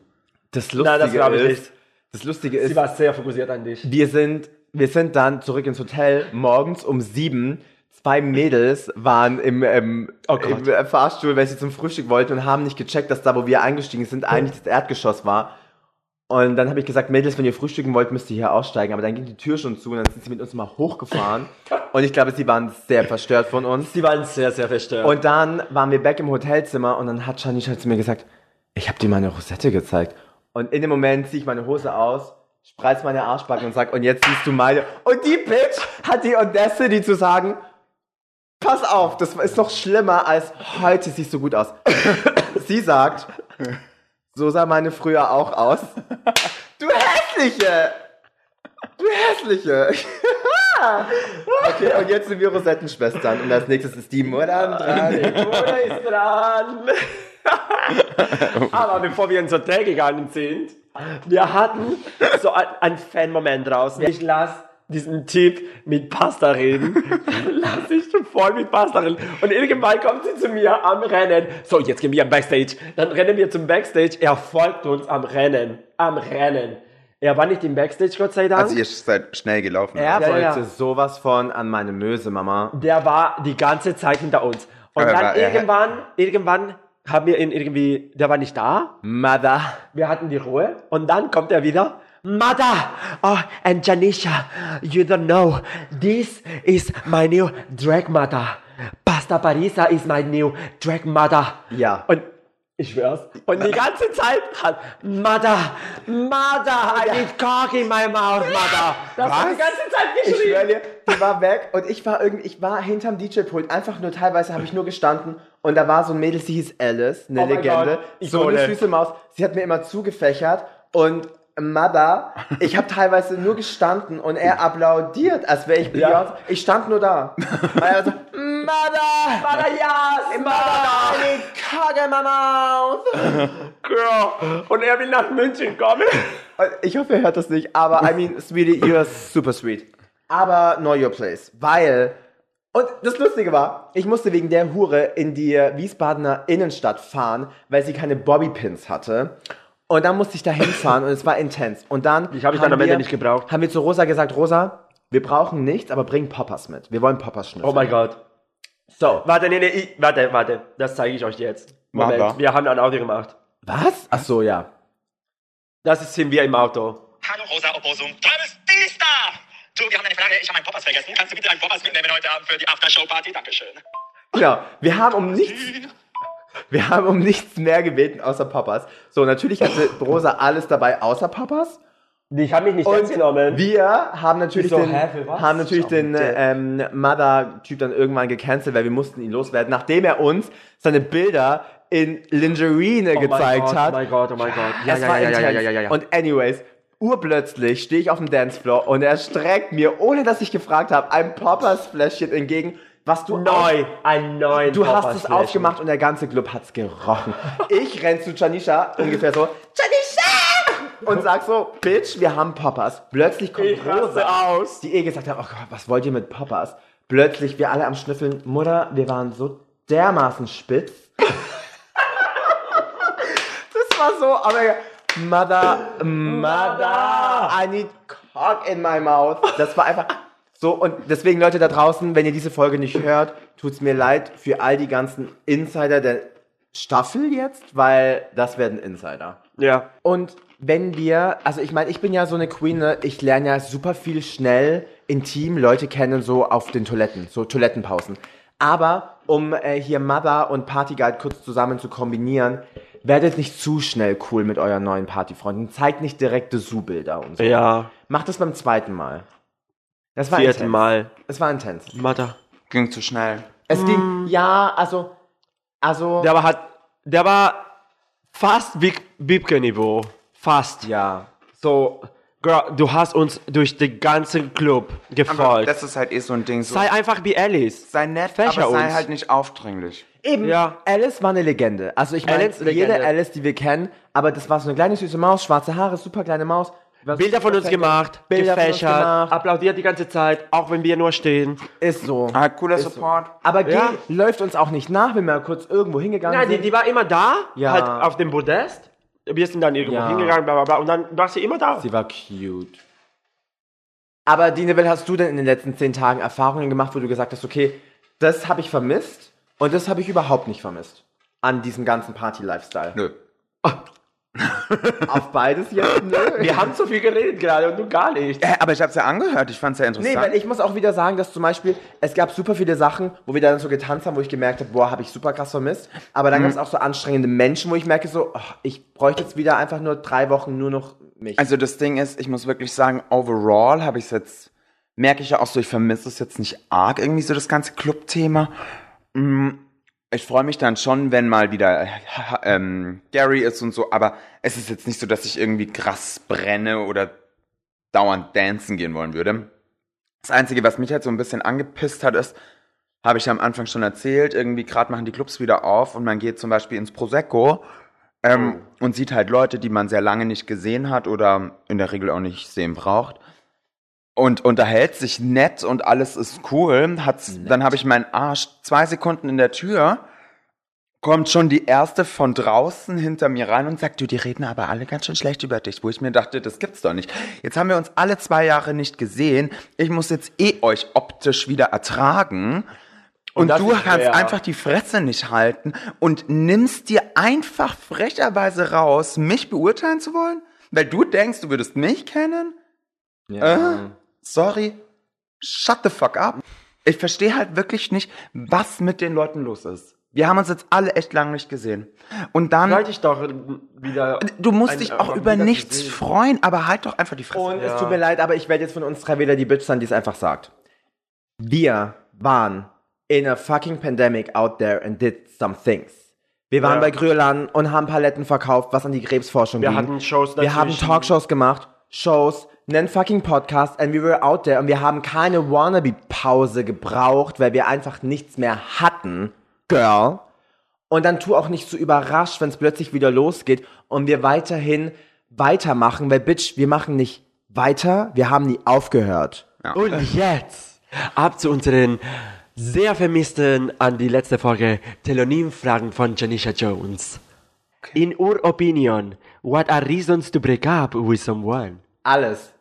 S1: das Lustige
S3: Nein, das glaube ich
S1: ist,
S3: nicht.
S1: das Lustige
S3: Sie
S1: ist,
S3: war sehr fokussiert an dich.
S1: wir sind, wir sind dann zurück ins Hotel morgens um sieben. Zwei Mädels waren im, ähm,
S3: Gott.
S1: im äh, Fahrstuhl, weil sie zum Frühstück wollten und haben nicht gecheckt, dass da, wo wir eingestiegen sind, eigentlich das Erdgeschoss war. Und dann habe ich gesagt, Mädels, wenn ihr frühstücken wollt, müsst ihr hier aussteigen. Aber dann ging die Tür schon zu und dann sind sie mit uns mal hochgefahren. Und ich glaube, sie waren sehr verstört von uns.
S3: Sie waren sehr, sehr verstört.
S1: Und dann waren wir back im Hotelzimmer und dann hat Janisha zu mir gesagt, ich habe dir meine Rosette gezeigt. Und in dem Moment ziehe ich meine Hose aus, spreiz meine Arschbacken und sag, und jetzt siehst du meine. Und die Bitch hat die Audacity zu sagen, pass auf, das ist noch schlimmer als heute siehst du gut aus. *laughs* Sie sagt, so sah meine früher auch aus. Du hässliche! Du hässliche! Okay, und jetzt sind wir Rosettenschwestern. Und als nächstes ist die Mutter am Dran.
S3: Bruder ist dran. Aber bevor wir ins Hotel gegangen sind, wir hatten so ein- einen Fan-Moment draußen. Ich las diesen Typ mit Pasta reden. *laughs* Lass ich schon voll mit Pasta reden. Und irgendwann kommt sie zu mir am Rennen. So, jetzt gehen wir am Backstage. Dann rennen wir zum Backstage. Er folgt uns am Rennen. Am Rennen. Er war nicht im Backstage, Gott sei Dank.
S2: Also ihr seid schnell gelaufen.
S1: Er
S3: Ja,
S1: wollte
S3: ja.
S1: sowas von an meine Möse, Mama.
S3: der war die ganze Zeit hinter uns. Und
S2: Aber
S3: dann
S2: war- er-
S3: irgendwann, irgendwann haben wir ihn irgendwie, der war nicht da.
S1: Mother.
S3: Wir hatten die Ruhe und dann kommt er wieder. Mother, oh, and Janisha, you don't know, this is my new drag mother. Pasta Parisa is my new drag mother.
S1: Ja.
S3: Und ich schwör's. Und die ganze Zeit hat Mother, Mother, I need cock in my mouth, Mother. Das hat die ganze Zeit
S1: Ich schwöre
S3: geschrien.
S1: dir, die war weg und ich war irgendwie, ich war hinterm DJ-Pult, einfach nur teilweise habe ich nur gestanden und da war so ein Mädel, sie hieß Alice, eine
S3: Oh mein
S1: Legende,
S3: Gott,
S1: so eine
S3: Ikone.
S1: süße Maus, sie hat mir immer zugefächert und Mother, ich habe teilweise nur gestanden und er applaudiert, als wäre ich
S3: Ja.
S1: Beyoncé. Ich stand nur da. Und er war so, Mother,
S3: Mother, yes, Mother.
S1: eine Kage in my
S3: *laughs*
S1: mouth.
S3: Girl. Und er will nach München kommen.
S1: Und Ich hoffe, ihr hört das nicht, aber I mean, sweetie, you're super sweet. Aber know your place, weil Und das Lustige war, ich musste wegen der Hure in die Wiesbadener Innenstadt fahren, weil sie keine Bobbypins hatte. Und dann musste ich da hinfahren und es war intens. Und dann.
S3: Die habe ich dann
S1: haben
S3: am Ende
S1: wir-
S3: nicht gebraucht.
S1: Haben wir zu Rosa gesagt: Rosa, wir brauchen nichts, aber bring Poppers mit. Wir wollen Poppers schnüffeln.
S3: Oh mein Gott.
S1: So.
S3: Warte, nee, nee, ich, warte, warte. Das zeige ich euch jetzt. Moment,
S2: Mama.
S3: wir haben ein Auto gemacht.
S1: Was? Ach so, ja.
S3: Das ist- sind wir im Auto.
S5: Hallo Rosa Opossum, Travestie ist da! Du, wir haben eine Frage, ich habe meinen Poppers vergessen. Kannst du bitte deinen Poppers mitnehmen heute Abend für die Aftershow-Party? Dankeschön.
S1: Genau. Wir haben um nichts Wir haben um nichts mehr gebeten außer Papas. So, natürlich hatte Rosa alles dabei außer Papas.
S3: Ich habe mich nicht ernst genommen.
S1: wir haben natürlich
S3: Ich so,
S1: den,
S3: hä, für was?
S1: haben natürlich
S3: Schau,
S1: den
S3: der-
S1: ähm, Mother-Typ dann irgendwann gecancelt, weil wir mussten ihn loswerden, nachdem er uns seine Bilder in Lingerine
S3: Oh mein
S1: gezeigt
S3: Gott,
S1: hat.
S3: Oh mein Gott, oh mein Gott.
S1: es war intens. Und anyways, urplötzlich stehe ich auf dem Dancefloor und er streckt mir, ohne dass ich gefragt habe, ein Poppers-Fläschchen entgegen, was du
S3: neu, ein neuer
S1: Du hast es aufgemacht und der ganze Club hat's gerochen. Ich renn zu Janisha ungefähr so, Janisha! Und sag so, Bitch, wir haben Poppers. Plötzlich kommt
S3: Ich raste
S1: Rosa aus, die eh gesagt hat, oh Gott, was wollt ihr mit Poppers? Plötzlich, wir alle am Schnüffeln, Mutter, wir waren so dermaßen spitz. das war so, aber egal. Mother, Mother, I need cock in my mouth. Das war einfach so und deswegen Leute da draußen, wenn ihr diese Folge nicht hört, tut's mir leid für all die ganzen Insider der Staffel jetzt, weil das werden Insider.
S3: Ja.
S1: Und wenn wir, also ich meine, ich bin ja so eine Queen, ne? ich lerne ja super viel schnell intim Leute kennen, so auf den Toiletten, so Toilettenpausen. Aber um äh, hier Mother und Partyguide kurz zusammen zu kombinieren, werdet nicht zu schnell cool mit euren neuen Partyfreunden. Zeigt nicht direkte Su-Bilder und so.
S3: Ja.
S1: Macht das beim zweiten Mal. Das war
S3: Vierten
S1: intens.
S3: Mal.
S1: Es war intens.
S3: Mutter.
S2: Ging zu schnell.
S1: Es ging, ja, also, also,
S3: Der war, hat, der war fast Bibke-Niveau. Fast.
S1: ja.
S3: So, Girl, du hast uns durch den ganzen Club
S2: Aber
S3: gefolgt.
S2: das ist halt eh so ein Ding. So,
S3: Sei einfach wie Alice.
S2: sei nett,
S3: Fächer
S2: aber sei
S3: uns.
S2: halt nicht aufdringlich.
S1: Eben,
S3: Ja.
S1: Alice war eine Legende. Also ich meine,
S3: Alice,
S1: jede
S3: Legende.
S1: Alice, die wir kennen, aber das war so eine kleine süße Maus, schwarze Haare, super kleine Maus. Was-
S3: Bilder von uns gemacht,
S1: Bilder von uns
S3: gefächert,
S1: gemacht.
S3: applaudiert die ganze Zeit, auch wenn wir nur stehen.
S1: Ist so.
S2: Ah, cooler
S1: Ist
S2: Support.
S1: So. Aber G
S3: Ja.
S1: läuft uns auch nicht nach, wenn wir kurz irgendwo hingegangen
S3: Nein, die,
S1: sind.
S3: die war immer da,
S1: Ja.
S3: halt auf dem Podest. Wir sind dann irgendwo
S1: Ja.
S3: hingegangen, bla bla bla, und dann war sie immer da.
S1: sie war cute. Aber Dine, Will, hast du denn in den letzten zehn Tagen Erfahrungen gemacht, wo du gesagt hast, okay, das habe ich vermisst und das habe ich überhaupt nicht vermisst an diesem ganzen
S3: *laughs*
S1: Party-Lifestyle?
S2: Nö.
S1: Auf beides jetzt? ne? Nö.
S3: Wir haben so viel geredet gerade und du gar nicht.
S2: Äh, aber ich hab's ja angehört. Ich fand's ja
S1: Nee,
S2: interessant.
S1: weil ich muss auch wieder sagen, dass zum Beispiel, es gab super viele Sachen, wo wir dann so getanzt haben, wo ich gemerkt habe, boah, habe ich super krass vermisst. Aber
S3: Mhm.
S1: dann gab's auch so anstrengende Menschen, wo ich merke so, ach, ich bräuchte jetzt wieder einfach nur drei Wochen nur noch mich.
S2: also das Ding ist, ich muss wirklich sagen, overall habe ich es jetzt, merke ich ja auch so, ich vermisse es jetzt nicht arg irgendwie so das ganze Club-Thema. Mm, Ich freue mich dann schon, wenn mal wieder äh, ähm, Gary ist und so, aber es ist jetzt nicht so, dass ich irgendwie krass brenne oder dauernd dancen gehen wollen würde. Das Einzige, was mich halt so ein bisschen angepisst hat, ist, Habe ich ja am Anfang schon erzählt. Irgendwie gerade machen die Clubs wieder auf und man geht zum Beispiel ins Prosecco ähm, und sieht halt Leute, die man sehr lange nicht gesehen hat oder in der Regel auch nicht sehen braucht. Und unterhält sich nett und alles ist cool. Hat's, dann habe ich meinen Arsch zwei Sekunden in der Tür kommt schon die erste von draußen hinter mir rein und sagt, du, die reden aber alle ganz schön schlecht über dich, wo ich mir dachte, das gibt's doch nicht. Jetzt haben wir uns alle zwei Jahre nicht gesehen. Ich muss jetzt eh euch optisch wieder ertragen. Und,
S3: das
S2: du
S3: ist
S2: kannst
S3: schwer.
S2: einfach die Fresse nicht halten und nimmst dir einfach frecherweise raus, mich beurteilen zu wollen, weil du denkst, du würdest mich kennen. Äh, sorry, shut the fuck up. Ich verstehe halt wirklich nicht, was mit den Leuten los ist. Wir haben uns jetzt alle echt lange nicht gesehen. Und dann,
S3: Sollte ich doch wieder.
S2: du musst
S3: ein-
S2: dich auch
S3: mal
S2: über
S3: wieder
S2: nichts
S3: gesehen.
S2: freuen, aber halt doch einfach die Fresse.
S1: Und
S3: Ja.
S1: es tut mir leid, aber ich werde jetzt von uns drei wieder die Bitch sein, die es einfach sagt. Wir waren in a fucking pandemic out there and did some things. Wir waren
S3: Ja.
S1: bei Grölan und haben Paletten verkauft, was an die Krebsforschung
S3: Mhm. Wir
S1: ging.
S3: hatten Shows
S1: wir haben
S3: dazwischen.
S1: Talkshows gemacht, Shows, nen fucking Podcast and we were out there und wir haben keine Wannabe-Pause gebraucht, weil wir einfach nichts mehr hatten, girl. Und dann tu auch nicht so überrascht, wenn es plötzlich wieder losgeht und wir weiterhin weitermachen, weil bitch, wir machen nicht weiter, wir haben nie aufgehört.
S3: Und jetzt ab zu unseren sehr vermissten an die letzte Folge Telonym-Fragen von Janisha Jones. In your opinion, what are reasons to break up with someone?
S1: Alles.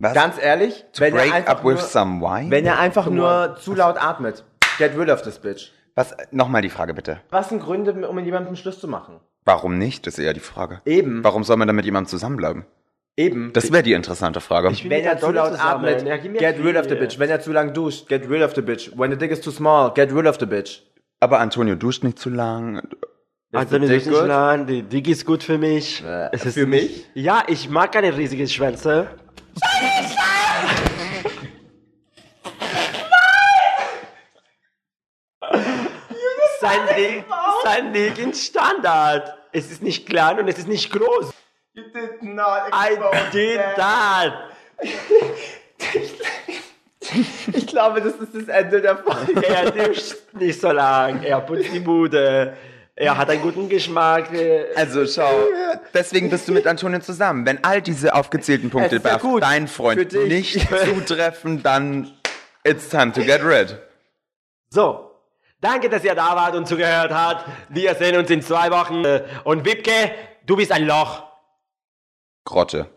S2: Was?
S1: Ganz ehrlich, wenn ihr
S2: Break
S1: einfach
S2: up with
S1: nur,
S2: some wine?
S1: wenn ihr einfach nur zu laut atmet, get rid of this bitch.
S2: was? Nochmal die Frage bitte.
S1: Was sind Gründe, um mit jemandem Schluss zu machen?
S2: Warum nicht? Das ist eher die Frage.
S1: Eben.
S2: Warum soll man dann mit jemandem zusammenbleiben?
S1: Eben.
S2: Das wäre die interessante Frage.
S3: bin
S1: Wenn
S3: mit
S1: er
S3: der
S1: zu
S3: Dolle
S1: laut
S3: zusammen.
S1: atmet,
S3: Ja, gib mir
S1: get rid of the
S3: Friede.
S1: bitch. Wenn er zu lang duscht, get rid of the bitch. When the dick is too small, get rid of the bitch.
S2: Aber Antonio duscht nicht zu lang.
S3: Also eine
S1: Dick
S3: Dick
S1: gut?
S3: Land, die Dick ist gut für mich.
S1: für mich?
S3: Ja, ich mag keine riesigen Schwänze. Sein Ding, sein Ding in Standard. Es ist nicht klein und es ist nicht groß.
S1: You did not
S3: I did that.
S1: Ich glaube, das ist das Ende der Folge.
S3: Er duscht nicht so lang. Er putzt die Bude. Er hat einen guten Geschmack. äh,
S2: Also schau, deswegen bist du mit Antonio zusammen. Wenn all diese aufgezählten Punkte
S1: Es ist ja
S2: bei
S1: gut
S2: deinem
S1: für
S2: Freund
S1: dich.
S2: nicht zutreffen, dann it's time to get rid.
S3: So. Danke, dass ihr da wart und zugehört habt. Äh, Wir sehen uns in zwei Wochen. Und Wipke, du bist ein Loch.
S2: Grotte.